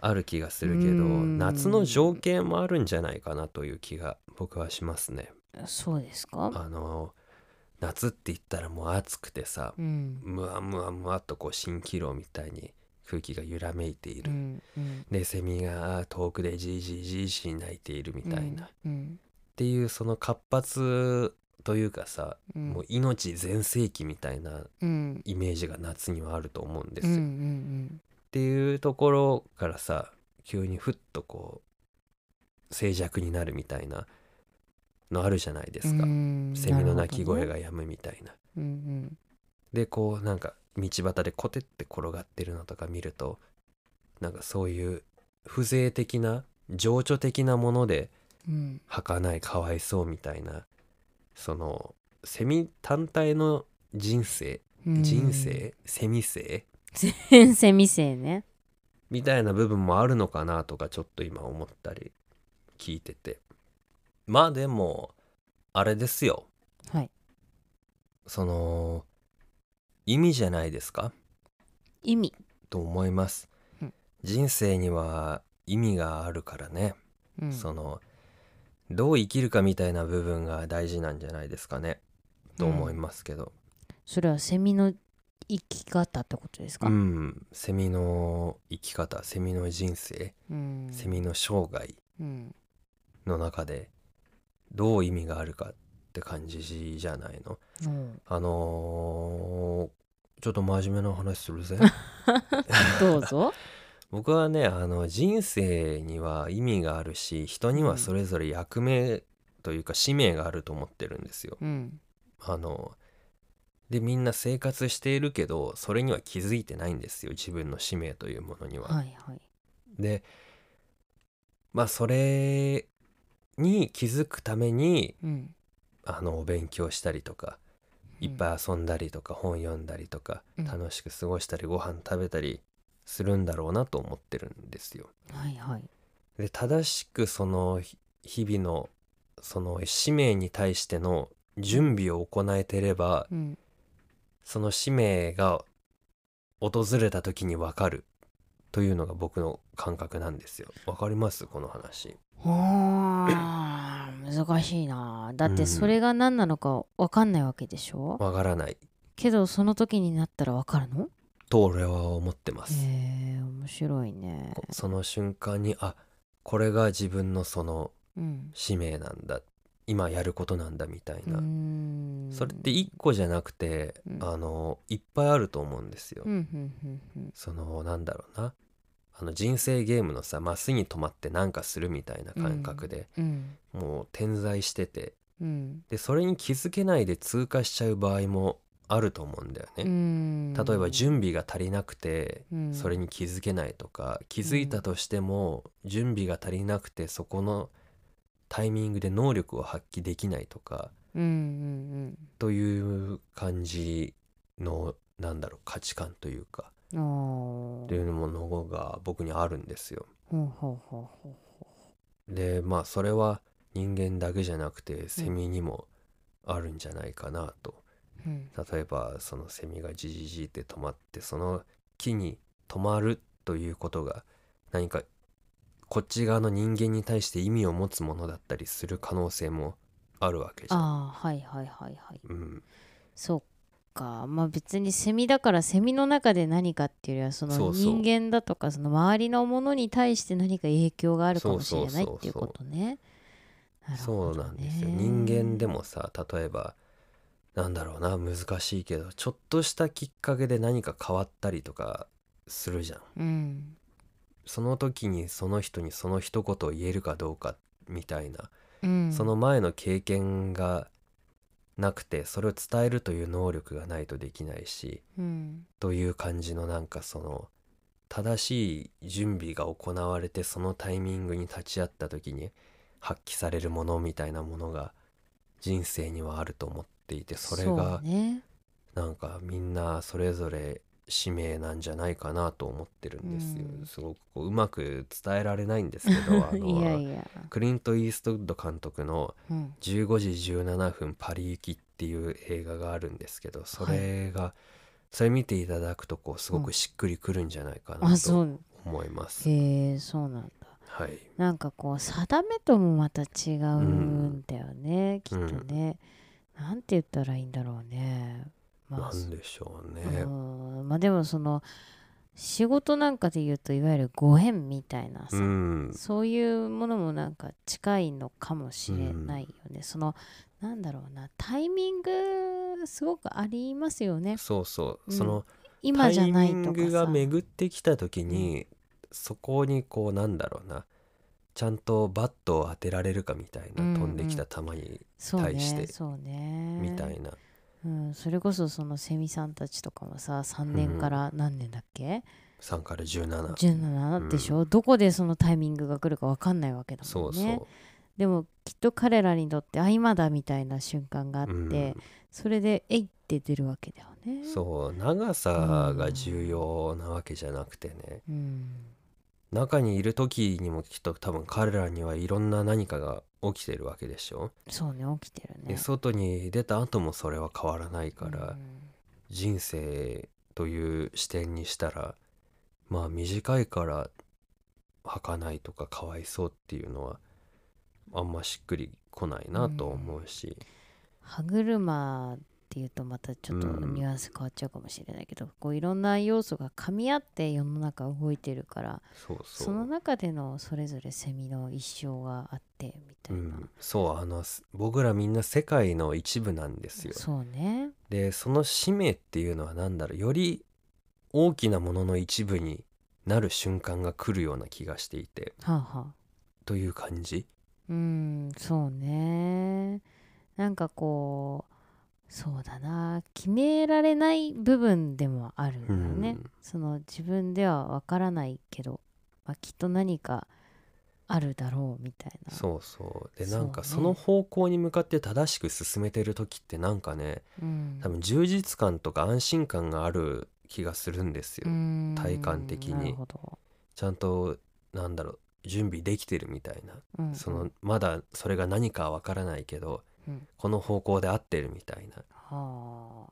[SPEAKER 1] ある気がするけ
[SPEAKER 2] う
[SPEAKER 1] ど
[SPEAKER 2] ん
[SPEAKER 1] 夏の情景もあるんじゃないかなという気が僕はしますね。
[SPEAKER 2] そうですか
[SPEAKER 1] あの夏って言ったらもう暑くてさ
[SPEAKER 2] うん
[SPEAKER 1] むわむわむわっとこう蜃気楼みたいに空気が揺らめいていうる、
[SPEAKER 2] んうん
[SPEAKER 1] でセミがあー遠くでじーじーじーじー鳴いているみたいな、っ
[SPEAKER 2] うん
[SPEAKER 1] ていうその活発というかさ、
[SPEAKER 2] うん
[SPEAKER 1] もう命全盛期みたいな
[SPEAKER 2] うん
[SPEAKER 1] イメージが夏にはあると思うんで
[SPEAKER 2] う
[SPEAKER 1] す
[SPEAKER 2] んう
[SPEAKER 1] よ。っ
[SPEAKER 2] ん
[SPEAKER 1] ていうところからさ急にふっとこう静寂になるみたいなのあるじゃないで
[SPEAKER 2] う
[SPEAKER 1] すか、
[SPEAKER 2] ん
[SPEAKER 1] セミの鳴き声
[SPEAKER 2] が
[SPEAKER 1] が止むみたいな。
[SPEAKER 2] うん
[SPEAKER 1] でこうなんか道端でコテって転がってるのとか見るとなんかそういう風情的な情緒的なもので
[SPEAKER 2] うんうん
[SPEAKER 1] 儚いかわいそうみたいなそのセミ単体の人生
[SPEAKER 2] うん
[SPEAKER 1] 人 生セミ生
[SPEAKER 2] 先生未成ね
[SPEAKER 1] みたいな部分もあるのかなとかちょっと今思ったり聞いててまあでもあれですよ
[SPEAKER 2] はい
[SPEAKER 1] その意味じゃないですか
[SPEAKER 2] 意味
[SPEAKER 1] と思います、
[SPEAKER 2] うん
[SPEAKER 1] 人生には意味があるからね、
[SPEAKER 2] うん
[SPEAKER 1] そのどう生きるかみたいな部分が大事なんじゃないですかねと思いますけど、
[SPEAKER 2] それはセミの生き方ってことです
[SPEAKER 1] う
[SPEAKER 2] か、
[SPEAKER 1] んセミの生き方セミの人生、
[SPEAKER 2] うん
[SPEAKER 1] セミの生涯
[SPEAKER 2] うん
[SPEAKER 1] の中でどう意味があるかって感じじゃないの
[SPEAKER 2] うん
[SPEAKER 1] あのーちょっと真面目な話するぜ
[SPEAKER 2] どうぞ
[SPEAKER 1] 僕はねあの人生には意味があるし人にはそれぞれ役目というか使命があると思ってるんですよ。
[SPEAKER 2] うん
[SPEAKER 1] あのでみんな生活しているけどそれには気づいてないんですよ自分の使命というものには。
[SPEAKER 2] はいはい
[SPEAKER 1] でまあそれに気づくために
[SPEAKER 2] うん
[SPEAKER 1] あのお勉強したりとかいっぱい遊んだりとか本読んだりとか、
[SPEAKER 2] うん
[SPEAKER 1] 楽しく過ごしたりご飯食べたりするんだろうなと思ってるんですよ。
[SPEAKER 2] いはいはい
[SPEAKER 1] で正しくそのひ日々のその使命に対しての準備を行えてれば
[SPEAKER 2] うん
[SPEAKER 1] その使命が訪れた時に分かるというのが僕の感覚なんですよ。わかりますこの話。
[SPEAKER 2] あー難しいなだっ
[SPEAKER 1] う
[SPEAKER 2] て
[SPEAKER 1] ん
[SPEAKER 2] それが何なのか分かんないわけでしょ、
[SPEAKER 1] わからない
[SPEAKER 2] けどその時になったら分かるの
[SPEAKER 1] と俺は思ってます。
[SPEAKER 2] へえ面白いね
[SPEAKER 1] こその瞬間にあこれが自分のその
[SPEAKER 2] うん
[SPEAKER 1] 使命なんだ今やることなんだみたいう
[SPEAKER 2] ー
[SPEAKER 1] な、
[SPEAKER 2] ん
[SPEAKER 1] それって1個じゃなくて、
[SPEAKER 2] うん
[SPEAKER 1] あのいっぱいあると思うんですよ。
[SPEAKER 2] うんうんうんうん
[SPEAKER 1] そのなんだろうなあの人生ゲームのさマスに止まってなんかするみたいな感覚で、
[SPEAKER 2] うん
[SPEAKER 1] もう点在してて
[SPEAKER 2] うん
[SPEAKER 1] でそれに気づけないで通過しちゃう場合もあると思うんだよ
[SPEAKER 2] う
[SPEAKER 1] ね。
[SPEAKER 2] ん
[SPEAKER 1] 例えば準備が足りなくて
[SPEAKER 2] うん
[SPEAKER 1] それに気づけないとか気づいたとしても準備が足りなくてそこのタイミングで能力を発揮できないとか
[SPEAKER 2] うんうん
[SPEAKER 1] という感じのなんだろう価値観というか
[SPEAKER 2] うんおー
[SPEAKER 1] というものが僕にあるんですよ。
[SPEAKER 2] ほうほうほうほ
[SPEAKER 1] でまあそれは人間だけじゃなくてセミにもあるんじゃないかなと。
[SPEAKER 2] ううん
[SPEAKER 1] 例えばそのセミがジジジって止まってその木に止まるということが何かこっち側の人間に対して意味を持つものだったりする可能性もあるわけじゃん。
[SPEAKER 2] ああはいはいはいはい
[SPEAKER 1] うん、
[SPEAKER 2] そっかまあ別にセミだからセミの中で何かっていうよりはそ
[SPEAKER 1] そ
[SPEAKER 2] の
[SPEAKER 1] うそう
[SPEAKER 2] 人間だとかその周りのものに対して何か影響があるかもしれない
[SPEAKER 1] そうそうそうそう
[SPEAKER 2] っていうことね。なる
[SPEAKER 1] そ
[SPEAKER 2] ほ
[SPEAKER 1] う
[SPEAKER 2] どね
[SPEAKER 1] なんですよ人間でもさ例えばなんだろうな難しいけどちょっとしたきっかけで何か変わったりとかするじゃん。
[SPEAKER 2] うん
[SPEAKER 1] その時にその人にその一言を言えるかどうかみたいな
[SPEAKER 2] うん、
[SPEAKER 1] その前の経験がなくてそれを伝えるという能力がないとできないし
[SPEAKER 2] うん
[SPEAKER 1] という感じのなんかその正しい準備が行われてそのタイミングに立ち会った時に発揮されるものみたいなものが人生にはあると思っていてそれが
[SPEAKER 2] そうね
[SPEAKER 1] なんかみんなそれぞれ使命なんじゃないかなと思ってるんですよ。
[SPEAKER 2] うん
[SPEAKER 1] すごくこううまく伝えられないんですけ どあの
[SPEAKER 2] いやいや、
[SPEAKER 1] クリント・イーストウッド監督の
[SPEAKER 2] うん、
[SPEAKER 1] 15時17分パリ行きっていう映画があるんですけどそれが、それ見ていただくとこうすごくしっくりくるんじゃないかな
[SPEAKER 2] あそ
[SPEAKER 1] と
[SPEAKER 2] う
[SPEAKER 1] 思います。
[SPEAKER 2] へえそうなんだ
[SPEAKER 1] はい、
[SPEAKER 2] なんかこう定めともまた違うんだよね、きっとね、なんて言ったらいいんだろうねま
[SPEAKER 1] な
[SPEAKER 2] あ
[SPEAKER 1] んでしょうね。
[SPEAKER 2] うんまあでもその仕事なんかで言うといわゆるご縁みたいなさ、
[SPEAKER 1] うん、
[SPEAKER 2] そういうものもなんか近いのかもしれないよね、そのなんだろうなタイミングすごくありますよね
[SPEAKER 1] そうそう、
[SPEAKER 2] うん
[SPEAKER 1] その
[SPEAKER 2] 今
[SPEAKER 1] タ
[SPEAKER 2] じゃ
[SPEAKER 1] イ
[SPEAKER 2] な
[SPEAKER 1] ミ
[SPEAKER 2] いと
[SPEAKER 1] ン
[SPEAKER 2] か
[SPEAKER 1] グ
[SPEAKER 2] さ
[SPEAKER 1] が巡ってきた時に、そこにこうなんだろうなちゃんとバットを当てられるかみたいな、
[SPEAKER 2] うんうん
[SPEAKER 1] 飛んできた球に
[SPEAKER 2] そう
[SPEAKER 1] 対して
[SPEAKER 2] ねそうね
[SPEAKER 1] みたいな、
[SPEAKER 2] うん、それこそそのセミさんたちとかもさ3年から何年だっけ、
[SPEAKER 1] 3から17
[SPEAKER 2] 17でしょ、どこでそのタイミングが来るか分かんないわけだ
[SPEAKER 1] そ
[SPEAKER 2] もんね
[SPEAKER 1] うそう、
[SPEAKER 2] でもきっと彼らにとってあ今だみたいな瞬間があって、
[SPEAKER 1] うん
[SPEAKER 2] それでえいって出るわけだよね
[SPEAKER 1] そう長さが重要なわけじゃなくてね、
[SPEAKER 2] うん
[SPEAKER 1] 中にいる時にもきっと多分彼らにはいろんな何かが起きてるわけでしょ、
[SPEAKER 2] そうね起きてるね
[SPEAKER 1] で外に出た後もそれは変わらないから、
[SPEAKER 2] うん
[SPEAKER 1] 人生という視点にしたらまあ短いから儚いとかかわいそうっていうのはあんましっくりこないなと思うし、
[SPEAKER 2] 歯車っていうとまたちょっと
[SPEAKER 1] うん
[SPEAKER 2] ニュアンス変わっちゃうかもしれないけど、こういろんな要素が噛み合って世の中動いてるから
[SPEAKER 1] そうそう
[SPEAKER 2] その中でのそれぞれセミの一生があってみた
[SPEAKER 1] う
[SPEAKER 2] いな、
[SPEAKER 1] ん、そうあのす僕らみんな世界の一部なんですよ。
[SPEAKER 2] そうね
[SPEAKER 1] でその使命っていうのは何だろうより大きなものの一部になる瞬間が来るような気がしていて
[SPEAKER 2] はあはあ
[SPEAKER 1] という感じ
[SPEAKER 2] うんそうねなんかこうそうだな決められない部分でもあるんだよね、
[SPEAKER 1] うん
[SPEAKER 2] その自分ではわからないけど、まあ、きっと何かあるだろうみたいな
[SPEAKER 1] そうそうで
[SPEAKER 2] そう
[SPEAKER 1] なんか
[SPEAKER 2] ね
[SPEAKER 1] その方向に向かって正しく進めてる時ってなんかね
[SPEAKER 2] うん、
[SPEAKER 1] 多分充実感とか安心感がある気がするんですよ、
[SPEAKER 2] うん
[SPEAKER 1] 体感的に
[SPEAKER 2] なるほど、
[SPEAKER 1] ちゃんとなんだろう準備できてるみたいな、
[SPEAKER 2] うんうん
[SPEAKER 1] そのまだそれが何かはわからないけど、
[SPEAKER 2] うん
[SPEAKER 1] この方向で合ってるみたいな
[SPEAKER 2] はあ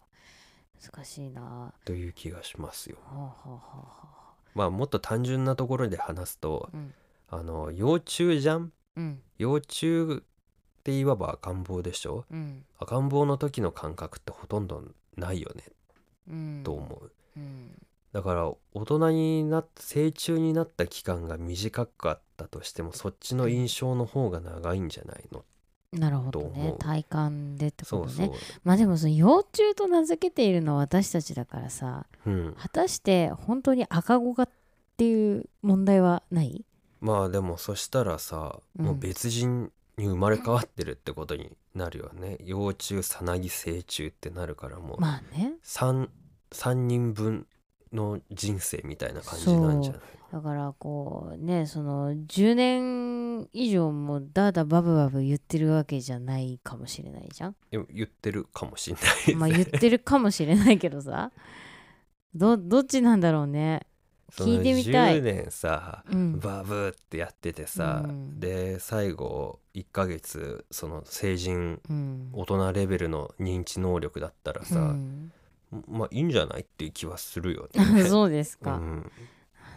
[SPEAKER 2] 難しいなは
[SPEAKER 1] という気がしますよ。
[SPEAKER 2] あはあはあはあ
[SPEAKER 1] まあもっと単純なところで話すと
[SPEAKER 2] うん
[SPEAKER 1] あの幼虫じゃん
[SPEAKER 2] うん
[SPEAKER 1] 幼虫っていわば赤ん坊でしょ
[SPEAKER 2] うん
[SPEAKER 1] 赤ん坊の時の感覚ってほとんどないよね
[SPEAKER 2] うん
[SPEAKER 1] と思う。
[SPEAKER 2] うん
[SPEAKER 1] だから大人になっ成虫になった期間が短かったとしてもそっちの印象の方が長いんじゃないの
[SPEAKER 2] なるほ
[SPEAKER 1] と
[SPEAKER 2] ど
[SPEAKER 1] 思
[SPEAKER 2] ね
[SPEAKER 1] う
[SPEAKER 2] 体感でってこ
[SPEAKER 1] そ
[SPEAKER 2] と
[SPEAKER 1] う
[SPEAKER 2] ね
[SPEAKER 1] そう、
[SPEAKER 2] まあでもその幼虫と名付けているのは私たちだからさ
[SPEAKER 1] うん、
[SPEAKER 2] 果たして本当に赤子がっていう問題はない
[SPEAKER 1] まあでもそしたらさ、
[SPEAKER 2] うん
[SPEAKER 1] もう別人に生まれ変わってるってことになるよね幼虫さなぎ成虫ってなるからもう
[SPEAKER 2] まあね
[SPEAKER 1] 3, 三人分の人生みたいな感じなんじゃない
[SPEAKER 2] だからこうねその10年以上もダーダバブバブ言ってるわけじゃないかもしれないじゃん
[SPEAKER 1] でも言ってるかもしんないですね、
[SPEAKER 2] まあ言ってるかもしれないけどさどどっちなんだろうね
[SPEAKER 1] その
[SPEAKER 2] 聞いてみたい
[SPEAKER 1] 10年さ
[SPEAKER 2] うん
[SPEAKER 1] バブーってやっててさ、
[SPEAKER 2] うん
[SPEAKER 1] で最後1ヶ月その成人
[SPEAKER 2] うん
[SPEAKER 1] 大人レベルの認知能力だったら
[SPEAKER 2] う
[SPEAKER 1] さ、
[SPEAKER 2] ん
[SPEAKER 1] まあいいんじゃないっていう気はするよね。
[SPEAKER 2] そうですか、
[SPEAKER 1] うん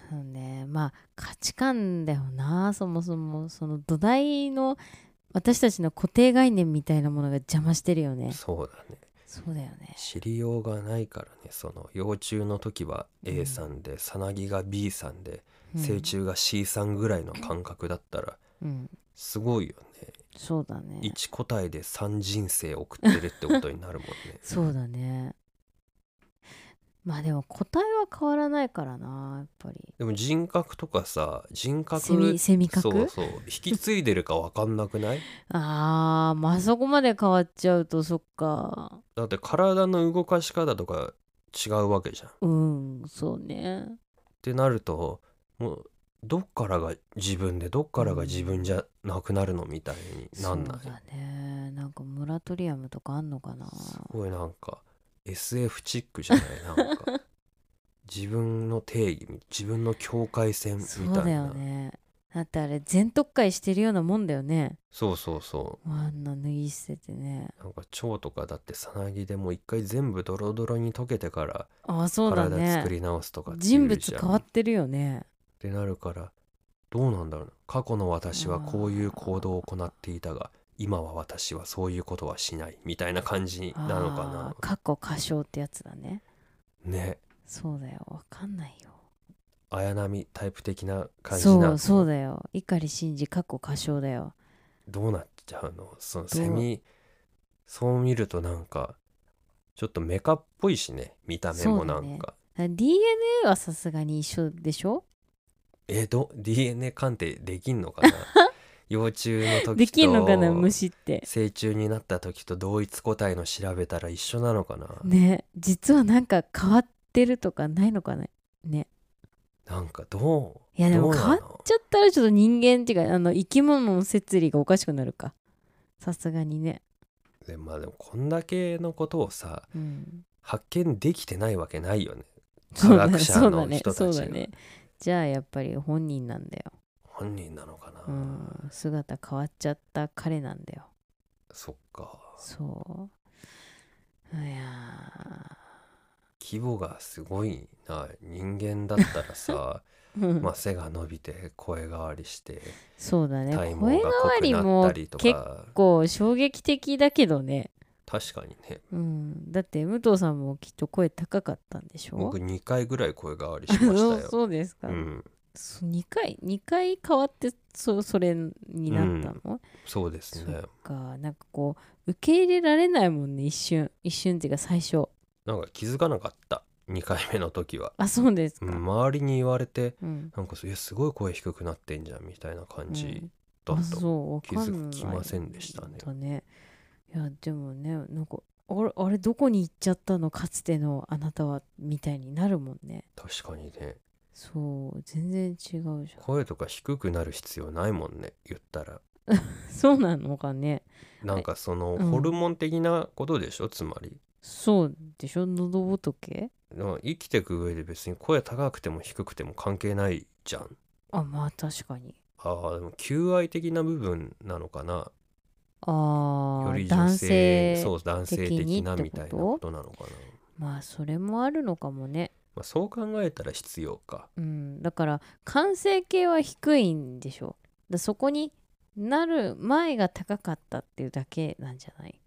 [SPEAKER 2] そうねまあ価値観だよなそもそもその土台の私たちの固定概念みたいなものが邪魔してるよね
[SPEAKER 1] そうだね
[SPEAKER 2] そうだよね
[SPEAKER 1] 知りようがないからねその幼虫の時は
[SPEAKER 2] うん
[SPEAKER 1] A さんでさなぎが B さんで
[SPEAKER 2] うん
[SPEAKER 1] 成虫が C さんぐらいの感覚だったら
[SPEAKER 2] うん
[SPEAKER 1] すごいよね
[SPEAKER 2] そうだね
[SPEAKER 1] 1個体で3人生送ってるってことになるもんね
[SPEAKER 2] そうだねまあでも答えは変わらないからなやっぱり
[SPEAKER 1] でも人格とかさ人格
[SPEAKER 2] セミセミ
[SPEAKER 1] そ
[SPEAKER 2] 角
[SPEAKER 1] うそう引き継いでるか分かんなく ない
[SPEAKER 2] あーまあそこまで変わっちゃうとそっか
[SPEAKER 1] だって体の動かし方とか違うわけじゃんっ
[SPEAKER 2] うんそうね
[SPEAKER 1] てなるともうどっからが自分でどっからが自分じゃなくなるのみたいになんない、
[SPEAKER 2] そうだねなんかモラトリアムとかあんのかな
[SPEAKER 1] すごいなんか SF チックじゃない なんか自分の定義自分の境界線みた
[SPEAKER 2] そ
[SPEAKER 1] いうな
[SPEAKER 2] だよねだってあれ全特会してるようなもんだよね
[SPEAKER 1] そうそうそ
[SPEAKER 2] あんな脱ぎ捨ててね
[SPEAKER 1] うなんか蝶とかだってさなぎでもう一回全部ドロドロに溶けてから
[SPEAKER 2] ああそうだ
[SPEAKER 1] 体作
[SPEAKER 2] ね
[SPEAKER 1] り直すとかっていう
[SPEAKER 2] 人
[SPEAKER 1] じゃん
[SPEAKER 2] 物変わってるよね
[SPEAKER 1] ってなるからどうなんだろうな過去の私はこういう行動を行っていたが今は私はそういうことはしないみたいな感じなの
[SPEAKER 2] あ
[SPEAKER 1] か
[SPEAKER 2] あ過去歌唱ってやつだね
[SPEAKER 1] なね
[SPEAKER 2] そうだよわかんないよ
[SPEAKER 1] 綾波タイプ的な感じ
[SPEAKER 2] そ
[SPEAKER 1] な
[SPEAKER 2] うそうだよ碇シンジ過去歌唱だよ
[SPEAKER 1] どうなっちゃうのそのセミそう見るとなんかちょっとメカっぽいしね見た目もな
[SPEAKER 2] そ
[SPEAKER 1] ん
[SPEAKER 2] うだ
[SPEAKER 1] か、
[SPEAKER 2] あ DNA はさすがに一緒でしょ
[SPEAKER 1] えど DNA 鑑定できんのか な幼虫の時と
[SPEAKER 2] できんのかな虫って
[SPEAKER 1] 成虫になった時と同一個体の調べたら一緒なのかな、
[SPEAKER 2] ね実はなんか変わってるとかないのかなね
[SPEAKER 1] なんかどう
[SPEAKER 2] いやで
[SPEAKER 1] ど
[SPEAKER 2] も
[SPEAKER 1] う
[SPEAKER 2] 変
[SPEAKER 1] な
[SPEAKER 2] わっ
[SPEAKER 1] の
[SPEAKER 2] ちゃったらちょっと人間っていうかあの生き物の摂理がおかしくなるかさすがにね
[SPEAKER 1] でまあでもこんだけのことをさ
[SPEAKER 2] うん
[SPEAKER 1] 発見できてないわけないよね
[SPEAKER 2] そうだ
[SPEAKER 1] 科
[SPEAKER 2] ね
[SPEAKER 1] 学者
[SPEAKER 2] そうだ
[SPEAKER 1] の
[SPEAKER 2] ね
[SPEAKER 1] 人たち
[SPEAKER 2] そ
[SPEAKER 1] が
[SPEAKER 2] うだねじゃあやっぱり本人なんだよ、
[SPEAKER 1] 本人なのかな、
[SPEAKER 2] うん、姿変わっちゃった彼なんだよ
[SPEAKER 1] そっか
[SPEAKER 2] そういや
[SPEAKER 1] 規模がすごいな人間だったら さ、
[SPEAKER 2] ー、うん
[SPEAKER 1] まあ、背が伸びて声変わりして
[SPEAKER 2] そうだね
[SPEAKER 1] 体
[SPEAKER 2] 声
[SPEAKER 1] 毛
[SPEAKER 2] 変
[SPEAKER 1] が
[SPEAKER 2] わ
[SPEAKER 1] 濃く
[SPEAKER 2] り
[SPEAKER 1] なっ
[SPEAKER 2] も
[SPEAKER 1] た
[SPEAKER 2] 結
[SPEAKER 1] りとか
[SPEAKER 2] 構衝撃的だけどね、
[SPEAKER 1] 確かにね
[SPEAKER 2] うん、だって武藤さんもきっと声高かったんでしょ
[SPEAKER 1] 僕2回ぐらい声変わりしました
[SPEAKER 2] そう
[SPEAKER 1] よ。
[SPEAKER 2] そうですか、
[SPEAKER 1] うん、
[SPEAKER 2] そ2回2回変わってそそれになったの、
[SPEAKER 1] そうです
[SPEAKER 2] そ
[SPEAKER 1] ね
[SPEAKER 2] っかなんかこう受け入れられないもんね一瞬一瞬っていうか最初
[SPEAKER 1] なんか気づかなかった2回目の時は、
[SPEAKER 2] あそうです
[SPEAKER 1] う
[SPEAKER 2] か、
[SPEAKER 1] ん
[SPEAKER 2] うん
[SPEAKER 1] 周りに言われて
[SPEAKER 2] うん
[SPEAKER 1] なんかそういやすごい声低くなってんじゃんみたいな感じだっ
[SPEAKER 2] あ
[SPEAKER 1] た、
[SPEAKER 2] そうわ
[SPEAKER 1] 気
[SPEAKER 2] かんない
[SPEAKER 1] づきませんでしたね
[SPEAKER 2] だねいやでもねなんかあれあれどこに行っちゃったのかつてのあなたはみたいになるもんね
[SPEAKER 1] 確かにね
[SPEAKER 2] そう全然違うじゃん
[SPEAKER 1] 声とか低くなる必要ないもんね言ったら
[SPEAKER 2] そうなのかね
[SPEAKER 1] なんかその
[SPEAKER 2] うん
[SPEAKER 1] ホルモン的なことでしょ、つまり
[SPEAKER 2] そうでしょ喉仏
[SPEAKER 1] だから生きてく上で別に声高くても低くても関係ないじゃん
[SPEAKER 2] あまあ確かに
[SPEAKER 1] ああでも求愛的な部分なのかな
[SPEAKER 2] あ
[SPEAKER 1] より
[SPEAKER 2] ー
[SPEAKER 1] 女
[SPEAKER 2] 男
[SPEAKER 1] 性
[SPEAKER 2] 性
[SPEAKER 1] そう男性的なみたいな
[SPEAKER 2] 的にってこと
[SPEAKER 1] ことなのかな、
[SPEAKER 2] まあそれもあるのかもね
[SPEAKER 1] まあ、そう考えたら必要か
[SPEAKER 2] うんだから完成形は低いんでしょだそこになる前が高かったっていうだけなんじゃない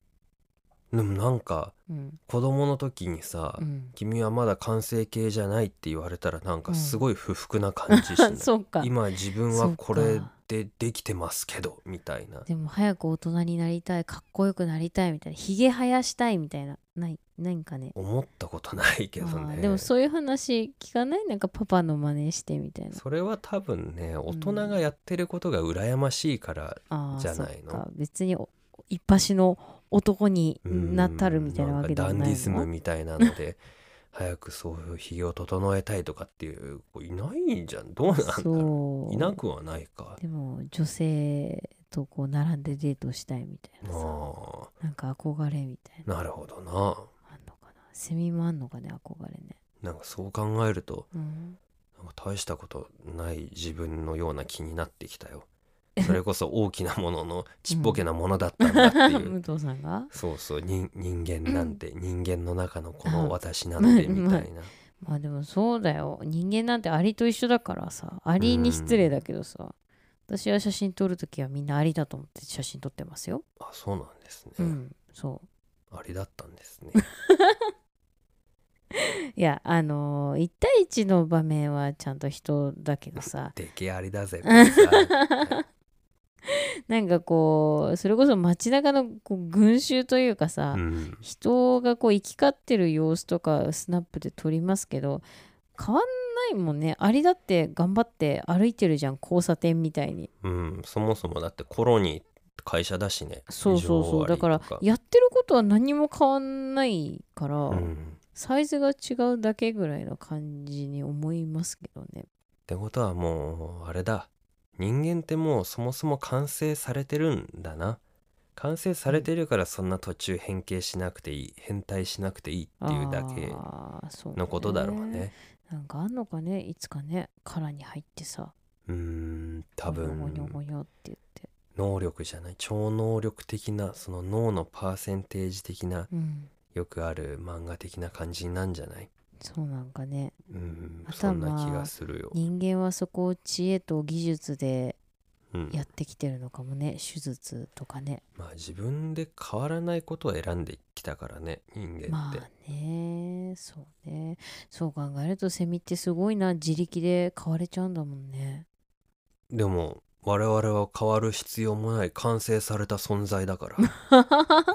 [SPEAKER 1] でもなんか
[SPEAKER 2] うん
[SPEAKER 1] 子供の時にさ、
[SPEAKER 2] うん
[SPEAKER 1] 君はまだ完成形じゃない」って言われたらなんかすごい不服な感じしない、
[SPEAKER 2] あ そうか
[SPEAKER 1] 今自分
[SPEAKER 2] そ
[SPEAKER 1] は
[SPEAKER 2] うか
[SPEAKER 1] これでできてますけどみたいな
[SPEAKER 2] でも早く大人になりたいかっこよくなりたいみたいなひげ生やしたいみたいなないないんかね
[SPEAKER 1] 思ったことないけど
[SPEAKER 2] あ
[SPEAKER 1] ね
[SPEAKER 2] ーでもそういう話聞かないなんかパパの真似してみたいな
[SPEAKER 1] それは多分ね大人がやってることが羨ましいから、
[SPEAKER 2] あー
[SPEAKER 1] じゃないの
[SPEAKER 2] そっか別にお一発の男に
[SPEAKER 1] うん
[SPEAKER 2] なったるみたいなわけでも
[SPEAKER 1] んか
[SPEAKER 2] な
[SPEAKER 1] ダン
[SPEAKER 2] い
[SPEAKER 1] ディズム
[SPEAKER 2] の
[SPEAKER 1] みたいなので 早くそういうひげを整えたいとかっていう子いないんじゃんどうなんだろ
[SPEAKER 2] そう
[SPEAKER 1] ういなくはないか
[SPEAKER 2] でも女性とこう並んでデートしたいみたいなさ
[SPEAKER 1] あ
[SPEAKER 2] なんか憧れみたい
[SPEAKER 1] あ
[SPEAKER 2] な
[SPEAKER 1] なるほどな
[SPEAKER 2] あんのかなセミもあんのかね憧れね、
[SPEAKER 1] なんかそう考えると
[SPEAKER 2] うん、
[SPEAKER 1] なんか大したことない自分のような気になってき たよそれこそ大きなもののちっぽけなものだったんだっていう、
[SPEAKER 2] 武藤さんが
[SPEAKER 1] そうそう人人間なんて人間の中のこの私なん
[SPEAKER 2] ま
[SPEAKER 1] て
[SPEAKER 2] あ
[SPEAKER 1] みたいな
[SPEAKER 2] まあでもそうだよ人間なんてアリと一緒だからさアリに失礼だけどさ私は写真撮るときはみんなアリだと思って写真撮ってますよ
[SPEAKER 1] あそうなんですね、
[SPEAKER 2] うんそう
[SPEAKER 1] あれだったんですね
[SPEAKER 2] いやあのー、1対1の場面はちゃんと人だけどさ
[SPEAKER 1] 出来ありだぜこれさ
[SPEAKER 2] なんかこうそれこそ街中のこう群衆というかさ、
[SPEAKER 1] うん
[SPEAKER 2] 人がこう行き交ってる様子とかスナップで撮りますけど変わんないもんねアリだって頑張って歩いてるじゃん交差点みたいに
[SPEAKER 1] うん、そもそもだってコロニー会社だしね
[SPEAKER 2] そうそうそうだ
[SPEAKER 1] 非常
[SPEAKER 2] か
[SPEAKER 1] 割と
[SPEAKER 2] らやってることは何も変わんないから、
[SPEAKER 1] うん、
[SPEAKER 2] サイズが違うだけぐらいの感じに思いますけどね
[SPEAKER 1] ってことはもうあれだ人間ってもうそもそも完成されてるんだな完成されてるからそんな途中変形しなくていい変態しなくていいっていうだけ
[SPEAKER 2] あーそうね
[SPEAKER 1] のことだろうね
[SPEAKER 2] なんかあんのかねいつかね殻に入ってさ
[SPEAKER 1] うーん多
[SPEAKER 2] ゴニョゴ
[SPEAKER 1] 分
[SPEAKER 2] ニョゴニョって言って
[SPEAKER 1] 能力じゃない超能力的なその脳のパーセンテージ的な
[SPEAKER 2] うん
[SPEAKER 1] よくある漫画的な感じなんじゃない
[SPEAKER 2] そうなんかね
[SPEAKER 1] うん
[SPEAKER 2] あと
[SPEAKER 1] そ
[SPEAKER 2] は
[SPEAKER 1] んな
[SPEAKER 2] まあ
[SPEAKER 1] 気がするよ、
[SPEAKER 2] 人間はそこを知恵と技術で
[SPEAKER 1] うん
[SPEAKER 2] やってきてるのかもね手術とかね
[SPEAKER 1] まあ自分で変わらないことを選んできたからね人間
[SPEAKER 2] ま
[SPEAKER 1] って、
[SPEAKER 2] あねそうねそう考えるとセミってすごいな自力で買われちゃうんだもん ね
[SPEAKER 1] でも我々は変わる必要もない完成された存在だから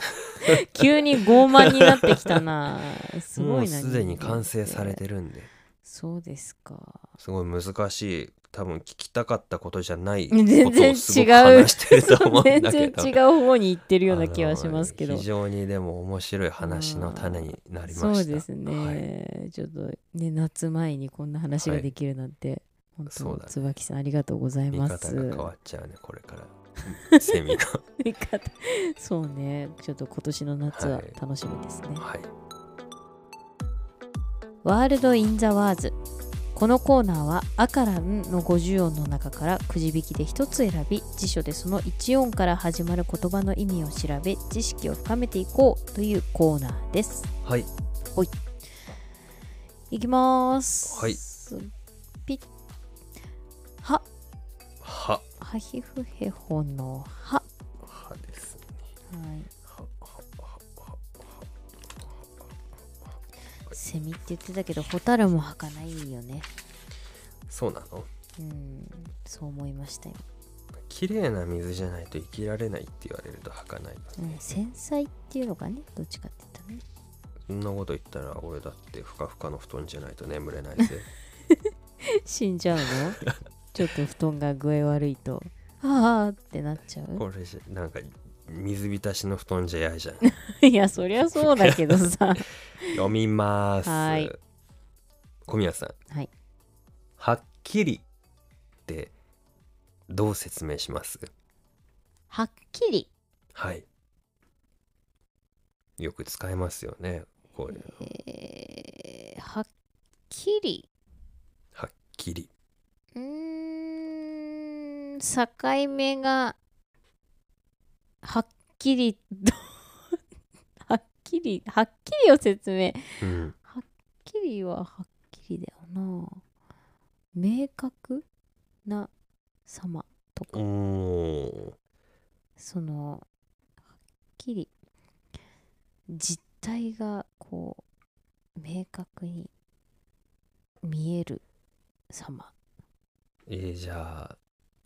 [SPEAKER 2] 急に傲慢になってきた な すごいな
[SPEAKER 1] もうすでに
[SPEAKER 2] 人間って
[SPEAKER 1] 完成されてるんで
[SPEAKER 2] そうですか
[SPEAKER 1] すごい難しい多分聞きたかったことじゃないこと
[SPEAKER 2] 全然
[SPEAKER 1] をすごく
[SPEAKER 2] 違う
[SPEAKER 1] 話してると思うんだけ
[SPEAKER 2] 全
[SPEAKER 1] ど
[SPEAKER 2] 然違う 方に行ってるような気はしますけ
[SPEAKER 1] あ
[SPEAKER 2] ど
[SPEAKER 1] の非常にでも面白い話の種になりました
[SPEAKER 2] そうです
[SPEAKER 1] はい
[SPEAKER 2] ね、ちょっとね夏前にこんな話ができるなんて、本当
[SPEAKER 1] そうだね
[SPEAKER 2] 椿さんありがとうござい
[SPEAKER 1] 見
[SPEAKER 2] ます
[SPEAKER 1] 方が変わっちゃうねこれから セミの
[SPEAKER 2] 見方そうねちょっと今年の夏は
[SPEAKER 1] はい
[SPEAKER 2] 楽しみですね、
[SPEAKER 1] はい
[SPEAKER 2] ワールド・イン・ザ・ワーズこのコーナーは「あ」から「ん」の50音の中からくじ引きで1つ選び辞書でその1音から始まる言葉の意味を調べ知識を深めていこうというコーナーです
[SPEAKER 1] はい
[SPEAKER 2] いきます。
[SPEAKER 1] はい
[SPEAKER 2] ピッ。は、
[SPEAKER 1] は
[SPEAKER 2] はひふへほのは。は
[SPEAKER 1] はですね
[SPEAKER 2] い。
[SPEAKER 1] はははは
[SPEAKER 2] セミって言ってたけど、ホタルもはかないよね。
[SPEAKER 1] そうなの
[SPEAKER 2] うん、そう思いましたよ。
[SPEAKER 1] 綺麗な水じゃないと生きられないって言われると儚いです
[SPEAKER 2] うん、繊細っていうのがね、どっちかって言ったらね。
[SPEAKER 1] そんなこと言ったら俺だってふかふかの布団じゃないと眠れない ぜ
[SPEAKER 2] 死んじ ゃうのちょっと布団が具合悪いとああってなっちゃう
[SPEAKER 1] これじゃなんか水浸しの布団じゃ嫌 じゃん
[SPEAKER 2] いやそりゃそうだけどさ
[SPEAKER 1] 読みます
[SPEAKER 2] はい
[SPEAKER 1] 小宮さん
[SPEAKER 2] はい
[SPEAKER 1] はっきりってどう説明します
[SPEAKER 2] はっきり、
[SPEAKER 1] はいよく使いますよねこういうの
[SPEAKER 2] えーはっきり
[SPEAKER 1] はっきり
[SPEAKER 2] うーん境目がはっきり とはっきりはっきりを説明はっ
[SPEAKER 1] うん
[SPEAKER 2] きりははっきりだよな明確な様とか
[SPEAKER 1] おー
[SPEAKER 2] そのはっきり実態がこう明確に見える様
[SPEAKER 1] えーじゃあ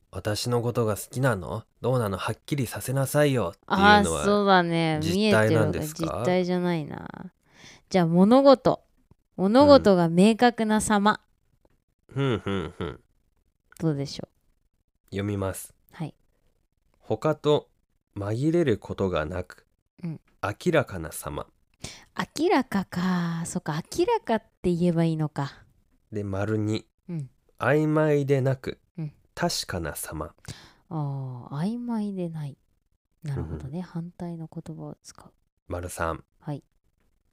[SPEAKER 1] 私のことが好きなのどうなのはっきりさせなさいよっていう
[SPEAKER 2] ああ
[SPEAKER 1] のは
[SPEAKER 2] ーそうだね
[SPEAKER 1] 実
[SPEAKER 2] 見えて
[SPEAKER 1] 態
[SPEAKER 2] る
[SPEAKER 1] なんですか
[SPEAKER 2] 実態じゃないなじゃあ物事物事が明確な様、
[SPEAKER 1] ふんふんふん
[SPEAKER 2] どうでしょ
[SPEAKER 1] 読みます
[SPEAKER 2] うはい
[SPEAKER 1] 他と紛れることがなく、
[SPEAKER 2] うん
[SPEAKER 1] 明らかな様
[SPEAKER 2] 明らかかそっか明らかって言えばいいのか
[SPEAKER 1] で丸に、
[SPEAKER 2] うん
[SPEAKER 1] 曖昧でなく、
[SPEAKER 2] うん
[SPEAKER 1] 確かな様
[SPEAKER 2] ああ曖昧でないなるほどね、反対の言葉を使う
[SPEAKER 1] 丸三
[SPEAKER 2] はい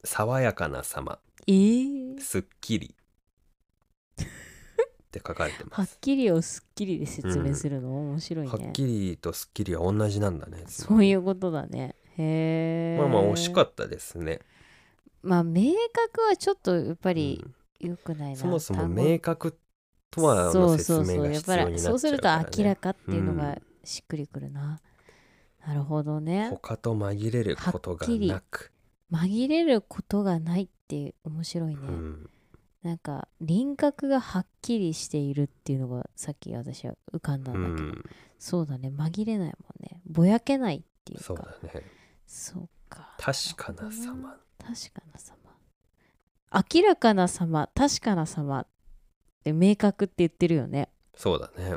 [SPEAKER 1] 爽やかな様
[SPEAKER 2] えー、
[SPEAKER 1] すっきりって書かれて
[SPEAKER 2] は
[SPEAKER 1] ま
[SPEAKER 2] っ
[SPEAKER 1] す
[SPEAKER 2] きりをすっきりで説明するの、面白いね
[SPEAKER 1] はっきりとすっきりは同じなんだね
[SPEAKER 2] そういううことだねへえ
[SPEAKER 1] まあまあ惜しか
[SPEAKER 2] った
[SPEAKER 1] ったですね、
[SPEAKER 2] まあ明確はちょっとやっぱり
[SPEAKER 1] うん
[SPEAKER 2] 良くないな、
[SPEAKER 1] そもそも
[SPEAKER 2] 単語
[SPEAKER 1] 明確とはの説明が
[SPEAKER 2] やっ
[SPEAKER 1] 必
[SPEAKER 2] ぱ
[SPEAKER 1] 要になっ
[SPEAKER 2] り
[SPEAKER 1] ちゃ
[SPEAKER 2] そう
[SPEAKER 1] う
[SPEAKER 2] すると
[SPEAKER 1] から、ね、
[SPEAKER 2] 明らかっていうの
[SPEAKER 1] う
[SPEAKER 2] が
[SPEAKER 1] ん
[SPEAKER 2] しっくりくるな、なるほどね
[SPEAKER 1] 他と紛れることがなく、
[SPEAKER 2] 紛れることがないって面白いね、
[SPEAKER 1] うん、
[SPEAKER 2] なんか輪郭がはっきりしているっていうのがさっき私は浮かんだ
[SPEAKER 1] うん
[SPEAKER 2] だけど、
[SPEAKER 1] ん、
[SPEAKER 2] そうだね紛れないもんねぼやけないっていうか
[SPEAKER 1] そうだね
[SPEAKER 2] そうか
[SPEAKER 1] 確かな様
[SPEAKER 2] 確かな様明らかな様確かな様って明確って言ってるよね
[SPEAKER 1] そうだね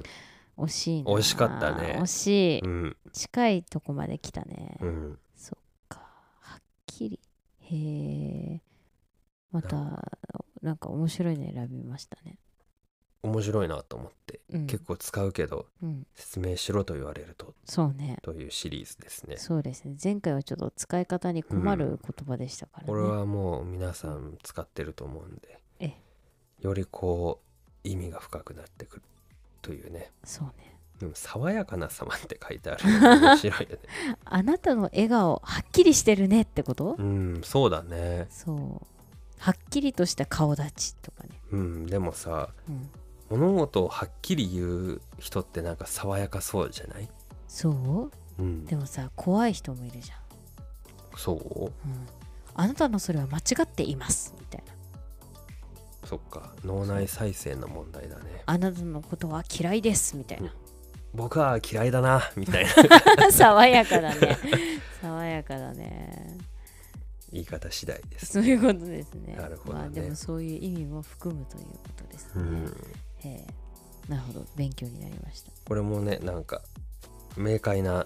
[SPEAKER 2] 惜しいな
[SPEAKER 1] 惜しかったね
[SPEAKER 2] 惜しい、
[SPEAKER 1] うん
[SPEAKER 2] 近いとこまで来たね、
[SPEAKER 1] うん
[SPEAKER 2] そっかはっきりへえまたなんか面白いの選びましたね、
[SPEAKER 1] 面白いなと思って
[SPEAKER 2] うん、
[SPEAKER 1] 結構使うけど
[SPEAKER 2] うん、
[SPEAKER 1] 説明しろと言われると
[SPEAKER 2] そうね
[SPEAKER 1] というシリーズですね
[SPEAKER 2] そうですね前回はちょっと使い方に困る言葉でしたからね、
[SPEAKER 1] これはもう皆さん使ってると思うんで
[SPEAKER 2] ええ
[SPEAKER 1] よりこう意味が深くなってくるというね
[SPEAKER 2] そうね
[SPEAKER 1] でも爽やかな様って書いてあるのが面白いよね
[SPEAKER 2] あなたの笑顔はっきりしてるねってこと、
[SPEAKER 1] うんそうだね
[SPEAKER 2] そうはっきりとした顔立ちとかね、
[SPEAKER 1] うんでもさ
[SPEAKER 2] うん、
[SPEAKER 1] 物事をはっきり言う人ってなんか爽やかそうじゃない
[SPEAKER 2] そ
[SPEAKER 1] う
[SPEAKER 2] う
[SPEAKER 1] ん
[SPEAKER 2] でもさ怖い人もいるじ
[SPEAKER 1] そう
[SPEAKER 2] ゃん、うん、あなたのそれは間違っていますみたいな
[SPEAKER 1] そっか脳内再生の問題だね
[SPEAKER 2] あなたのことは嫌いですみたいな
[SPEAKER 1] 僕は嫌いだなみたいな
[SPEAKER 2] 爽やかだね爽やかだね
[SPEAKER 1] 言い方次第です
[SPEAKER 2] そういうことですね
[SPEAKER 1] なるほどね
[SPEAKER 2] まあでもそういう意味も含むということです
[SPEAKER 1] う
[SPEAKER 2] ね、
[SPEAKER 1] ん
[SPEAKER 2] へえなるほど勉強になりました
[SPEAKER 1] これもねなんか明快な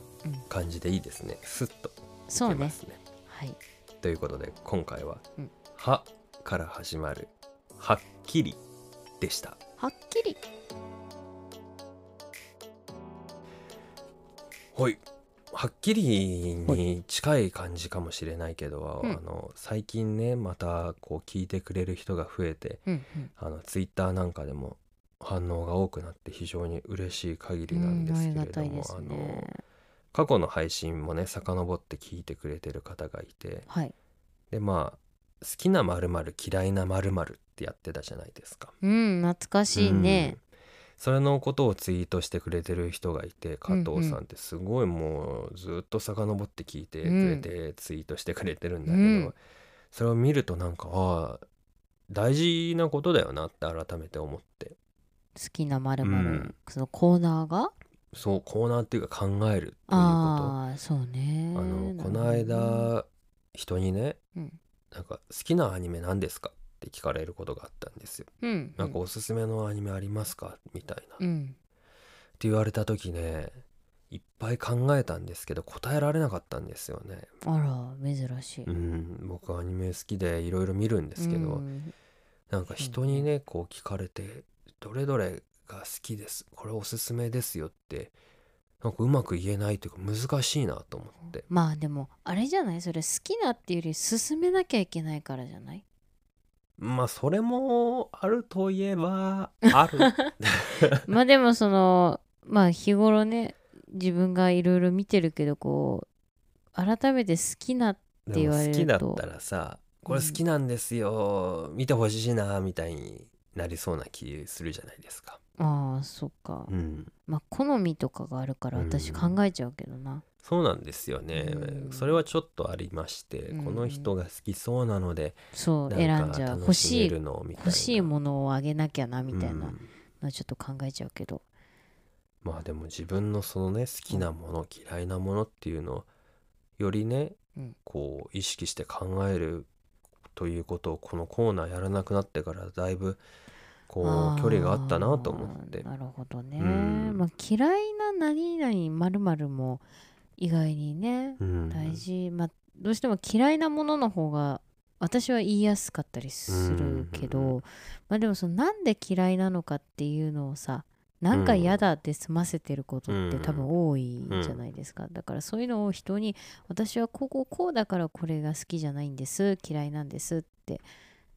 [SPEAKER 1] 感じでいいですねスッと
[SPEAKER 2] そ
[SPEAKER 1] いうけま
[SPEAKER 2] ね
[SPEAKER 1] すね
[SPEAKER 2] はい
[SPEAKER 1] ということで今回は
[SPEAKER 2] うん
[SPEAKER 1] 「は」から始まる「はっきり」でした
[SPEAKER 2] はっきり
[SPEAKER 1] はいはっきり
[SPEAKER 2] は
[SPEAKER 1] に近い感じかもしれないけど、
[SPEAKER 2] うん
[SPEAKER 1] あの最近ねまたこう聞いてくれる人が増えて
[SPEAKER 2] うんうん
[SPEAKER 1] あのツイッターなんかでも反応が多くなって非常に嬉しい限りなんですけ
[SPEAKER 2] うんあ
[SPEAKER 1] れ
[SPEAKER 2] りが
[SPEAKER 1] ど
[SPEAKER 2] たい
[SPEAKER 1] も、
[SPEAKER 2] です
[SPEAKER 1] あ
[SPEAKER 2] ね
[SPEAKER 1] の過去の配信もね遡って聞いてくれてる方がいて
[SPEAKER 2] はい
[SPEAKER 1] でまあ好きなまる嫌いなまるってやってたじゃないですか。
[SPEAKER 2] うん懐かしいね
[SPEAKER 1] うんそれのことをツイートしてくれてる人がいて加藤さんってすごいもうずっと遡って聞いてくれてツイートしてくれてるんだけど、
[SPEAKER 2] うん
[SPEAKER 1] それを見るとなんかああ大事なことだよなって改めて思って
[SPEAKER 2] 好きなまるま
[SPEAKER 1] う
[SPEAKER 2] る
[SPEAKER 1] ん
[SPEAKER 2] そのコーナーが
[SPEAKER 1] そうコーナーっていうか考えるということあ
[SPEAKER 2] ああそうね
[SPEAKER 1] のこ
[SPEAKER 2] な
[SPEAKER 1] の
[SPEAKER 2] るほどね
[SPEAKER 1] 間人にね
[SPEAKER 2] うん
[SPEAKER 1] なんか好きなアニメ何ですかって聞かれることがあったんですよ。
[SPEAKER 2] うん
[SPEAKER 1] なんかおすすめのアニメありますかみたいな。っ
[SPEAKER 2] う
[SPEAKER 1] て
[SPEAKER 2] ん
[SPEAKER 1] 言われた時ねいっぱい考えたんですけど答えられなかったんですよね。
[SPEAKER 2] あら珍しい
[SPEAKER 1] うん、僕アニメ好きでいろいろ見るんですけど、
[SPEAKER 2] うん
[SPEAKER 1] なんか人にねこう聞かれて「どれどれが好きですこれおすすめですよ」ってなんかうまく言えないというか難しいなと思って
[SPEAKER 2] まあでもあれじゃないそれ好きなっていうより進めなきゃいけないからじゃない
[SPEAKER 1] まあそれもあるといえばあ る
[SPEAKER 2] まあでもそのまあ日頃ね自分がいろいろ見てるけどこう改めて好きなって
[SPEAKER 1] で
[SPEAKER 2] 言
[SPEAKER 1] も
[SPEAKER 2] われる
[SPEAKER 1] 好き
[SPEAKER 2] と
[SPEAKER 1] だったらさ「これ好きなんですよ、見てほしいな」みたいになりそうな気するじゃないですか。
[SPEAKER 2] ああそっか、
[SPEAKER 1] うん
[SPEAKER 2] まあ好みとかがあるから
[SPEAKER 1] うん
[SPEAKER 2] 私考えちゃうけどな、
[SPEAKER 1] そうなんですよね、
[SPEAKER 2] うん
[SPEAKER 1] それはちょっとありまして、
[SPEAKER 2] うん
[SPEAKER 1] この人が好きそうなので
[SPEAKER 2] そう
[SPEAKER 1] な
[SPEAKER 2] 選ん
[SPEAKER 1] ん
[SPEAKER 2] じ
[SPEAKER 1] か
[SPEAKER 2] ゃう
[SPEAKER 1] 楽
[SPEAKER 2] 欲
[SPEAKER 1] しめ
[SPEAKER 2] し
[SPEAKER 1] る
[SPEAKER 2] い
[SPEAKER 1] のみたいな
[SPEAKER 2] 欲しいものをあげなきゃなみたいうなんのはちょっと考えちゃうけど、
[SPEAKER 1] まあでも自分のそのね好きなもの嫌いなものっていうのをよりね、
[SPEAKER 2] うん
[SPEAKER 1] こう意識して考えるということをこのコーナーやらなくなってからだいぶこう
[SPEAKER 2] あー
[SPEAKER 1] 距離があったなと思って
[SPEAKER 2] なるほどね、
[SPEAKER 1] うん
[SPEAKER 2] まあ、嫌いな何々まるまるも意外にね
[SPEAKER 1] うん
[SPEAKER 2] 大事、まあ、どうしても嫌いなものの方が私は言いやすかったりするけど、
[SPEAKER 1] うんうんう
[SPEAKER 2] まあ、でもそのなんで嫌いなのかっていうのをさなんか嫌だって済ませてることって多分多いじゃないですか、だからそういうのを人に私はこうこうこうだからこれが好きじゃないんです嫌いなんですって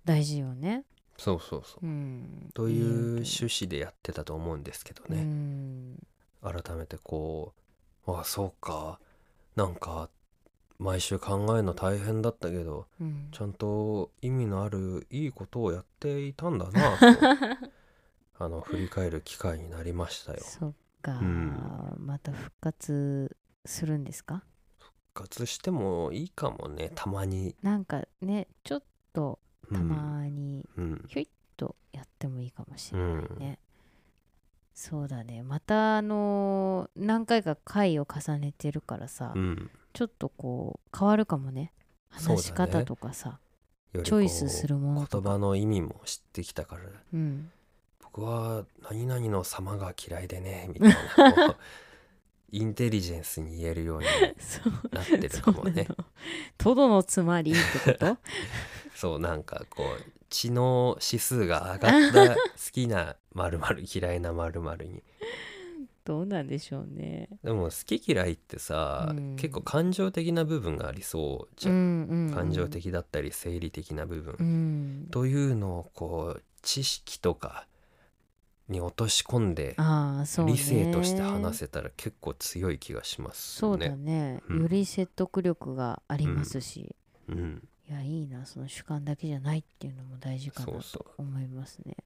[SPEAKER 2] 大事よね。
[SPEAKER 1] そうそうそう
[SPEAKER 2] うん、
[SPEAKER 1] という
[SPEAKER 2] 言
[SPEAKER 1] 趣旨でやってたと思うんですけど
[SPEAKER 2] う
[SPEAKER 1] ね、
[SPEAKER 2] ん
[SPEAKER 1] 改めてこうああそうかなんか毎週考えるの大変だったけど
[SPEAKER 2] うん
[SPEAKER 1] ちゃんと意味のあるいいことをやっていたんだな とあの振り返る機会になりましたよ。
[SPEAKER 2] そっか、
[SPEAKER 1] うん
[SPEAKER 2] また復活するんですか
[SPEAKER 1] 復活してもいいかもねたまに。
[SPEAKER 2] なんかねちょっと
[SPEAKER 1] うん
[SPEAKER 2] たまに
[SPEAKER 1] うん
[SPEAKER 2] とやってもいいかもし
[SPEAKER 1] う
[SPEAKER 2] れない、
[SPEAKER 1] ん
[SPEAKER 2] ねそうだねまたあのー何回か回を重ねてるからさ、
[SPEAKER 1] うん
[SPEAKER 2] ちょっとこう変わるかもね
[SPEAKER 1] そうだね
[SPEAKER 2] 話し方とかさ、
[SPEAKER 1] よりこう
[SPEAKER 2] チョイスするものと
[SPEAKER 1] 言
[SPEAKER 2] か
[SPEAKER 1] 葉の意味も知ってきたから
[SPEAKER 2] うん、
[SPEAKER 1] 僕は「何々の様が嫌いでね」みたいな こうインテリジェンスに言えるように
[SPEAKER 2] そう
[SPEAKER 1] なってるかもね
[SPEAKER 2] そうなのとどのつまりってこと
[SPEAKER 1] そうなんかこう知能指数が上がった好きな〇〇嫌いな〇〇に
[SPEAKER 2] どうなんでしょうね
[SPEAKER 1] でも好き嫌いってさ、
[SPEAKER 2] うん
[SPEAKER 1] 結構感情的な部分がありそうじゃ、
[SPEAKER 2] うんんうんうん
[SPEAKER 1] 感情的だったり生理的な部分、
[SPEAKER 2] うん
[SPEAKER 1] というのをこう知識とかに落とし込んで
[SPEAKER 2] ああそうね
[SPEAKER 1] 理性として話せたら結構強い気がします
[SPEAKER 2] そ
[SPEAKER 1] よ
[SPEAKER 2] うだ
[SPEAKER 1] ね。
[SPEAKER 2] ね、
[SPEAKER 1] うん
[SPEAKER 2] より説得力がありますし、
[SPEAKER 1] うん、
[SPEAKER 2] いやいいなその主観だけじゃないっていうのも大事かな
[SPEAKER 1] そう
[SPEAKER 2] と
[SPEAKER 1] そ
[SPEAKER 2] 思いますね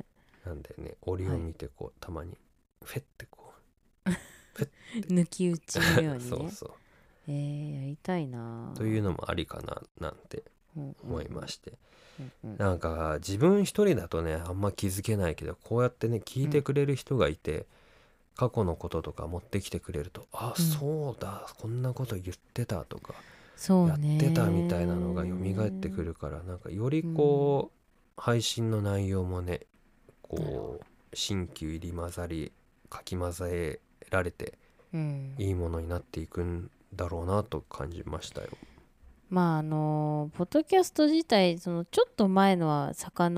[SPEAKER 1] うなんでね折を見てこう、たまにフェってこ
[SPEAKER 2] 抜き打ちのよう
[SPEAKER 1] う
[SPEAKER 2] に ね
[SPEAKER 1] そうそう
[SPEAKER 2] えー、やりたいな
[SPEAKER 1] という
[SPEAKER 2] の
[SPEAKER 1] のもありかななんて思いま
[SPEAKER 2] し
[SPEAKER 1] して、
[SPEAKER 2] た、うんうん
[SPEAKER 1] なんか自分一人だとねあんま気づけないけどこうやってね聞いてくれる人がいて、過去のこととか持ってきてくれるとあ、
[SPEAKER 2] うん
[SPEAKER 1] そうだこんなこと言ってたとか、
[SPEAKER 2] そう
[SPEAKER 1] や
[SPEAKER 2] ね
[SPEAKER 1] ってたみたいなのが蘇ってくるからなんかよりこう、配信の内容もね
[SPEAKER 2] なるほ
[SPEAKER 1] こう新旧入り混ざりかき混ぜられて
[SPEAKER 2] うん
[SPEAKER 1] いいものになっていくんだろうなと感じましたよ。
[SPEAKER 2] まああのポッドキャスト自体そのちょっと前のは遡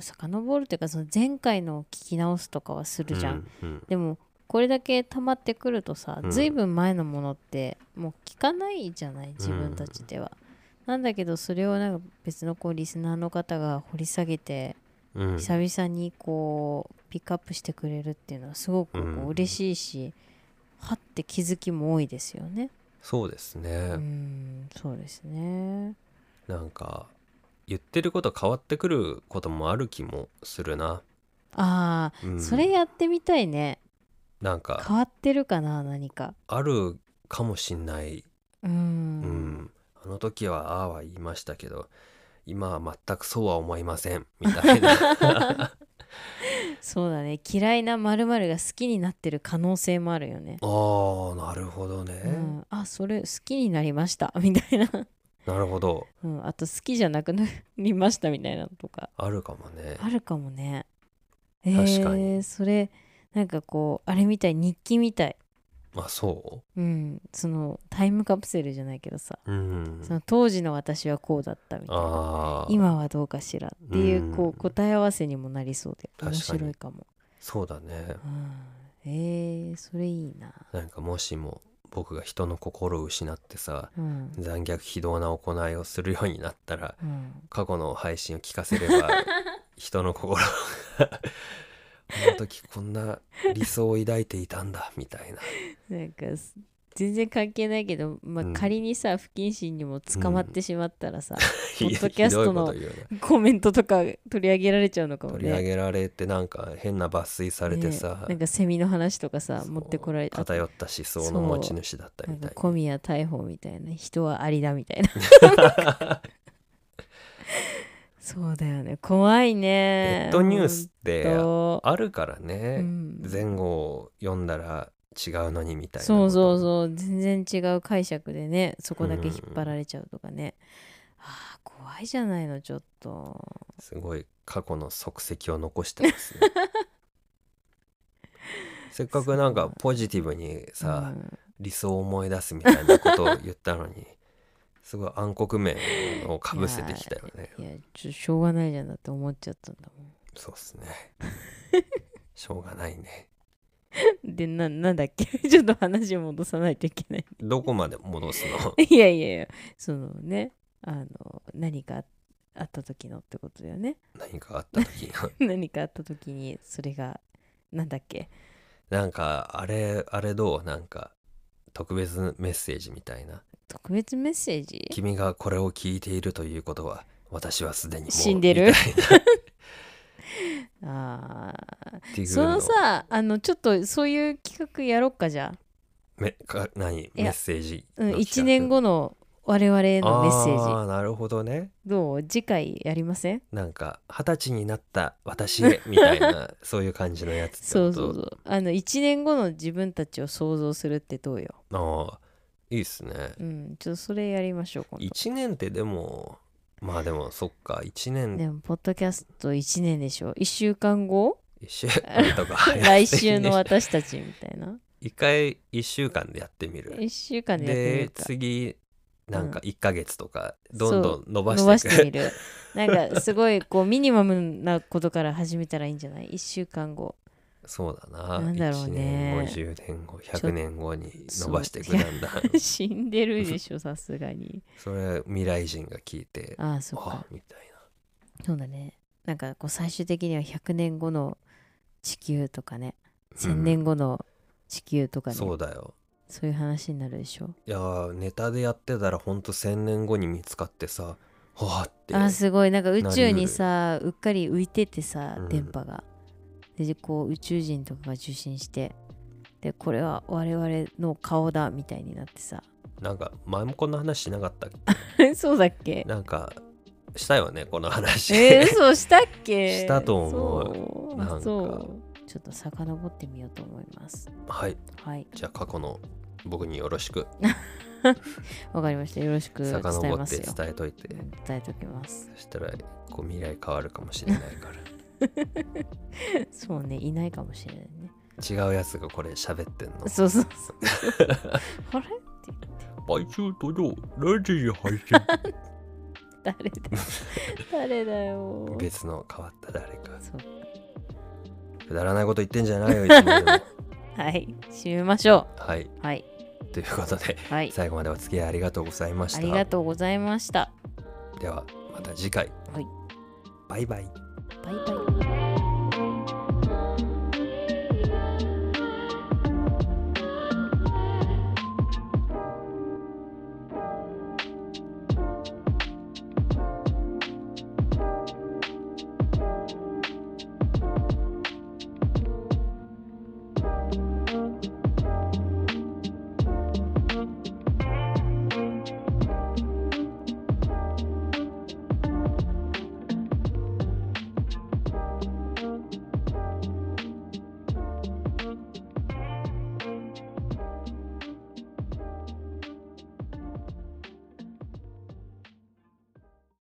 [SPEAKER 2] 遡るというかその前回のを聞き直すとかはするじゃん、
[SPEAKER 1] うんうん
[SPEAKER 2] でもこれだけ溜まってくるとさ、
[SPEAKER 1] うん
[SPEAKER 2] ずいぶん前のものってもう聞かないじゃない自分たちでは、なんだけどそれをなんか別のこうリスナーの方が掘り下げて、
[SPEAKER 1] うん
[SPEAKER 2] 久々にこうピックアップしてくれるっていうのはすごくこ
[SPEAKER 1] うん
[SPEAKER 2] う嬉しいし、はって気づきも多いですよね
[SPEAKER 1] そうですね、
[SPEAKER 2] うんそうですね
[SPEAKER 1] なんか言ってること変わってくることもある気もするな、
[SPEAKER 2] ああ、
[SPEAKER 1] うん
[SPEAKER 2] それやってみたいね
[SPEAKER 1] なんか
[SPEAKER 2] 変わってるかな何か
[SPEAKER 1] あるかもしんない、う
[SPEAKER 2] う
[SPEAKER 1] ん
[SPEAKER 2] ん
[SPEAKER 1] あの時はああは言いましたけど今は全くそうは思いませんみた いなあ
[SPEAKER 2] そうだね嫌いな〇〇が好きになってる可能性もあるよね
[SPEAKER 1] あなるほどね、
[SPEAKER 2] うん、あそれ好きになりましたみたいな
[SPEAKER 1] なるほど
[SPEAKER 2] うん、あと好きじゃなくなりましたみたいなのとか
[SPEAKER 1] あるかもね
[SPEAKER 2] あるかもねえ
[SPEAKER 1] 確かに
[SPEAKER 2] ーそれなんかこうあれみたい日記みたい
[SPEAKER 1] あそ
[SPEAKER 2] うんそのタイムカプセルじゃないけどさ、
[SPEAKER 1] ううん
[SPEAKER 2] その当時の私はこうだったみたいな
[SPEAKER 1] ああ
[SPEAKER 2] 今はどうかしらっていう,、
[SPEAKER 1] うん
[SPEAKER 2] こう答え合わせにもなりそうで
[SPEAKER 1] 確か
[SPEAKER 2] 面
[SPEAKER 1] に
[SPEAKER 2] 白いかも
[SPEAKER 1] そうだね
[SPEAKER 2] うん、えー、それいいな、
[SPEAKER 1] なんかもしも僕が人の心を失ってさ
[SPEAKER 2] うん
[SPEAKER 1] 残虐非道な行いをするようになったら
[SPEAKER 2] うん、
[SPEAKER 1] 過去の配信を聞かせれ ば人の心があの時こんな理想を抱いていたんだみたいな
[SPEAKER 2] なんかす全然関係ないけど、まあ
[SPEAKER 1] うん
[SPEAKER 2] 仮にさ不謹慎にも捕まってしまったらさ、
[SPEAKER 1] いや
[SPEAKER 2] ポッドキャストの
[SPEAKER 1] ひどいこと言うね
[SPEAKER 2] コメントとか取り上げられちゃうのかもね
[SPEAKER 1] 取り上げられてなんか変な抜粋されて
[SPEAKER 2] ね
[SPEAKER 1] さ、
[SPEAKER 2] なんかセミの話とかさ
[SPEAKER 1] そう
[SPEAKER 2] 持ってこられ
[SPEAKER 1] 偏った思想の持ち主だった
[SPEAKER 2] な
[SPEAKER 1] み
[SPEAKER 2] ん
[SPEAKER 1] た
[SPEAKER 2] か
[SPEAKER 1] い
[SPEAKER 2] 小宮逮捕みたいな人はアリだみたいな そうだよね怖いね
[SPEAKER 1] ネットニュースって
[SPEAKER 2] ほんと
[SPEAKER 1] あるからね、
[SPEAKER 2] うん
[SPEAKER 1] 前後を読んだら違うのにみたいな
[SPEAKER 2] そうそう
[SPEAKER 1] う
[SPEAKER 2] そう全然違う解釈でねそこだけ引っ張られちゃうとかね、ああ怖いじゃないのちょっと
[SPEAKER 1] すごい過去の足跡を残してます ねせっかくなんかポジティブにさ、
[SPEAKER 2] うん
[SPEAKER 1] 理想を思い出すみたいなことを言ったのにすごい暗黒面をかぶせてきたよね
[SPEAKER 2] いやちょしょうがないじゃんだって思っちゃったんだもん
[SPEAKER 1] そうっすねしょうがないね
[SPEAKER 2] でななん だっけちょっと話を戻さないといけない
[SPEAKER 1] どこまで戻すの
[SPEAKER 2] いやいやいやそのねあの何かあった時のってことだよね
[SPEAKER 1] 何かあった時の
[SPEAKER 2] 何かあった時にそれがなんだっけ
[SPEAKER 1] なんかあれあれどうなんか特別メッセージみたいな
[SPEAKER 2] 特別メッセー
[SPEAKER 1] 「
[SPEAKER 2] ジ
[SPEAKER 1] 君がこれを聞いているということは私はすでにもう
[SPEAKER 2] 死んでる
[SPEAKER 1] みたいな
[SPEAKER 2] ああ
[SPEAKER 1] っていう
[SPEAKER 2] そ
[SPEAKER 1] の
[SPEAKER 2] のさあのちょっとそういう企画やろっかじゃ
[SPEAKER 1] めか何
[SPEAKER 2] や
[SPEAKER 1] メッセージ
[SPEAKER 2] あ、うん、
[SPEAKER 1] の企画
[SPEAKER 2] 1年後の我々へのメッセージ
[SPEAKER 1] あーなるほどね
[SPEAKER 2] どう次回やりません
[SPEAKER 1] なんか二十歳になった私 へみたいなそういう感じのやつって
[SPEAKER 2] そ
[SPEAKER 1] こ
[SPEAKER 2] う
[SPEAKER 1] と
[SPEAKER 2] そうそうあの1年後の自分たちを想像するってどうよ
[SPEAKER 1] あーいいっすね
[SPEAKER 2] うんちょっとそれやりましょう今度
[SPEAKER 1] 1年ってでもまあでもそっか1年
[SPEAKER 2] でもポッドキャスト1年でしょ1週間後
[SPEAKER 1] 1週間とか
[SPEAKER 2] 来週の 私たちみたいな
[SPEAKER 1] 1回1週間でやってみる
[SPEAKER 2] 1週間でやってみ
[SPEAKER 1] で
[SPEAKER 2] るか
[SPEAKER 1] 次なんか1ヶ月とか
[SPEAKER 2] うん
[SPEAKER 1] どんどん伸ば
[SPEAKER 2] 伸ば
[SPEAKER 1] し
[SPEAKER 2] してて
[SPEAKER 1] い
[SPEAKER 2] み
[SPEAKER 1] く、
[SPEAKER 2] るなんかすごいこうミニマムなことから始めたらいいんじゃない1週間 後
[SPEAKER 1] そうだな
[SPEAKER 2] なんだろうね
[SPEAKER 1] 1年後10年後
[SPEAKER 2] ちょ
[SPEAKER 1] 100年後に伸ばしていく
[SPEAKER 2] そう
[SPEAKER 1] だんだん
[SPEAKER 2] 死んでるでしょさすがに
[SPEAKER 1] それ未来人が聞いて
[SPEAKER 2] ああそっ
[SPEAKER 1] あ
[SPEAKER 2] か
[SPEAKER 1] みたいな
[SPEAKER 2] そうだねなんかこう最終的には100年後の地球とかね1000年後の地球とかね、
[SPEAKER 1] そ
[SPEAKER 2] そう
[SPEAKER 1] うだよ
[SPEAKER 2] いう話になるでしょ
[SPEAKER 1] いやーネタでやってたらほんと1,000年後に見つかってさはあって
[SPEAKER 2] あーすごいなんか
[SPEAKER 1] な
[SPEAKER 2] 宇
[SPEAKER 1] りうる
[SPEAKER 2] 宙にさうっかり浮いててさ
[SPEAKER 1] うん
[SPEAKER 2] 電波が、でこう宇宙人とかが受信してでこれは我々の顔だみたいになってさ
[SPEAKER 1] なんか前もこんな話しなかったっ
[SPEAKER 2] そうだっ
[SPEAKER 1] け
[SPEAKER 2] け
[SPEAKER 1] なんかしたよねこの話、
[SPEAKER 2] えー、そうしたっけ
[SPEAKER 1] したと思う
[SPEAKER 2] そう
[SPEAKER 1] なんか
[SPEAKER 2] そうちょっと遡ってみようと思います
[SPEAKER 1] はい
[SPEAKER 2] はい
[SPEAKER 1] じゃあ過去の僕によろしく
[SPEAKER 2] わかりましたよろしく伝え
[SPEAKER 1] 遡
[SPEAKER 2] ま
[SPEAKER 1] っ
[SPEAKER 2] す
[SPEAKER 1] て
[SPEAKER 2] よ
[SPEAKER 1] 伝えといて
[SPEAKER 2] うん伝えときます
[SPEAKER 1] そしたらこう未来変わるかもしれないから
[SPEAKER 2] そうねいないかもしれないね
[SPEAKER 1] 違うやつがこれ喋ってんの
[SPEAKER 2] そう そうそうあれ
[SPEAKER 1] 毎週土曜0時に配信
[SPEAKER 2] 誰だ誰だよ
[SPEAKER 1] 別の変わった誰か
[SPEAKER 2] そう
[SPEAKER 1] くだらないこと言ってんじゃないよいつまでも
[SPEAKER 2] はい、締めましょ。
[SPEAKER 1] はいう
[SPEAKER 2] はい、
[SPEAKER 1] ということで
[SPEAKER 2] はい、
[SPEAKER 1] 最後までお付き合いありがとうございました
[SPEAKER 2] ありがとうございました。
[SPEAKER 1] ではまた次回、
[SPEAKER 2] はい
[SPEAKER 1] バイバイ
[SPEAKER 2] バイバイ。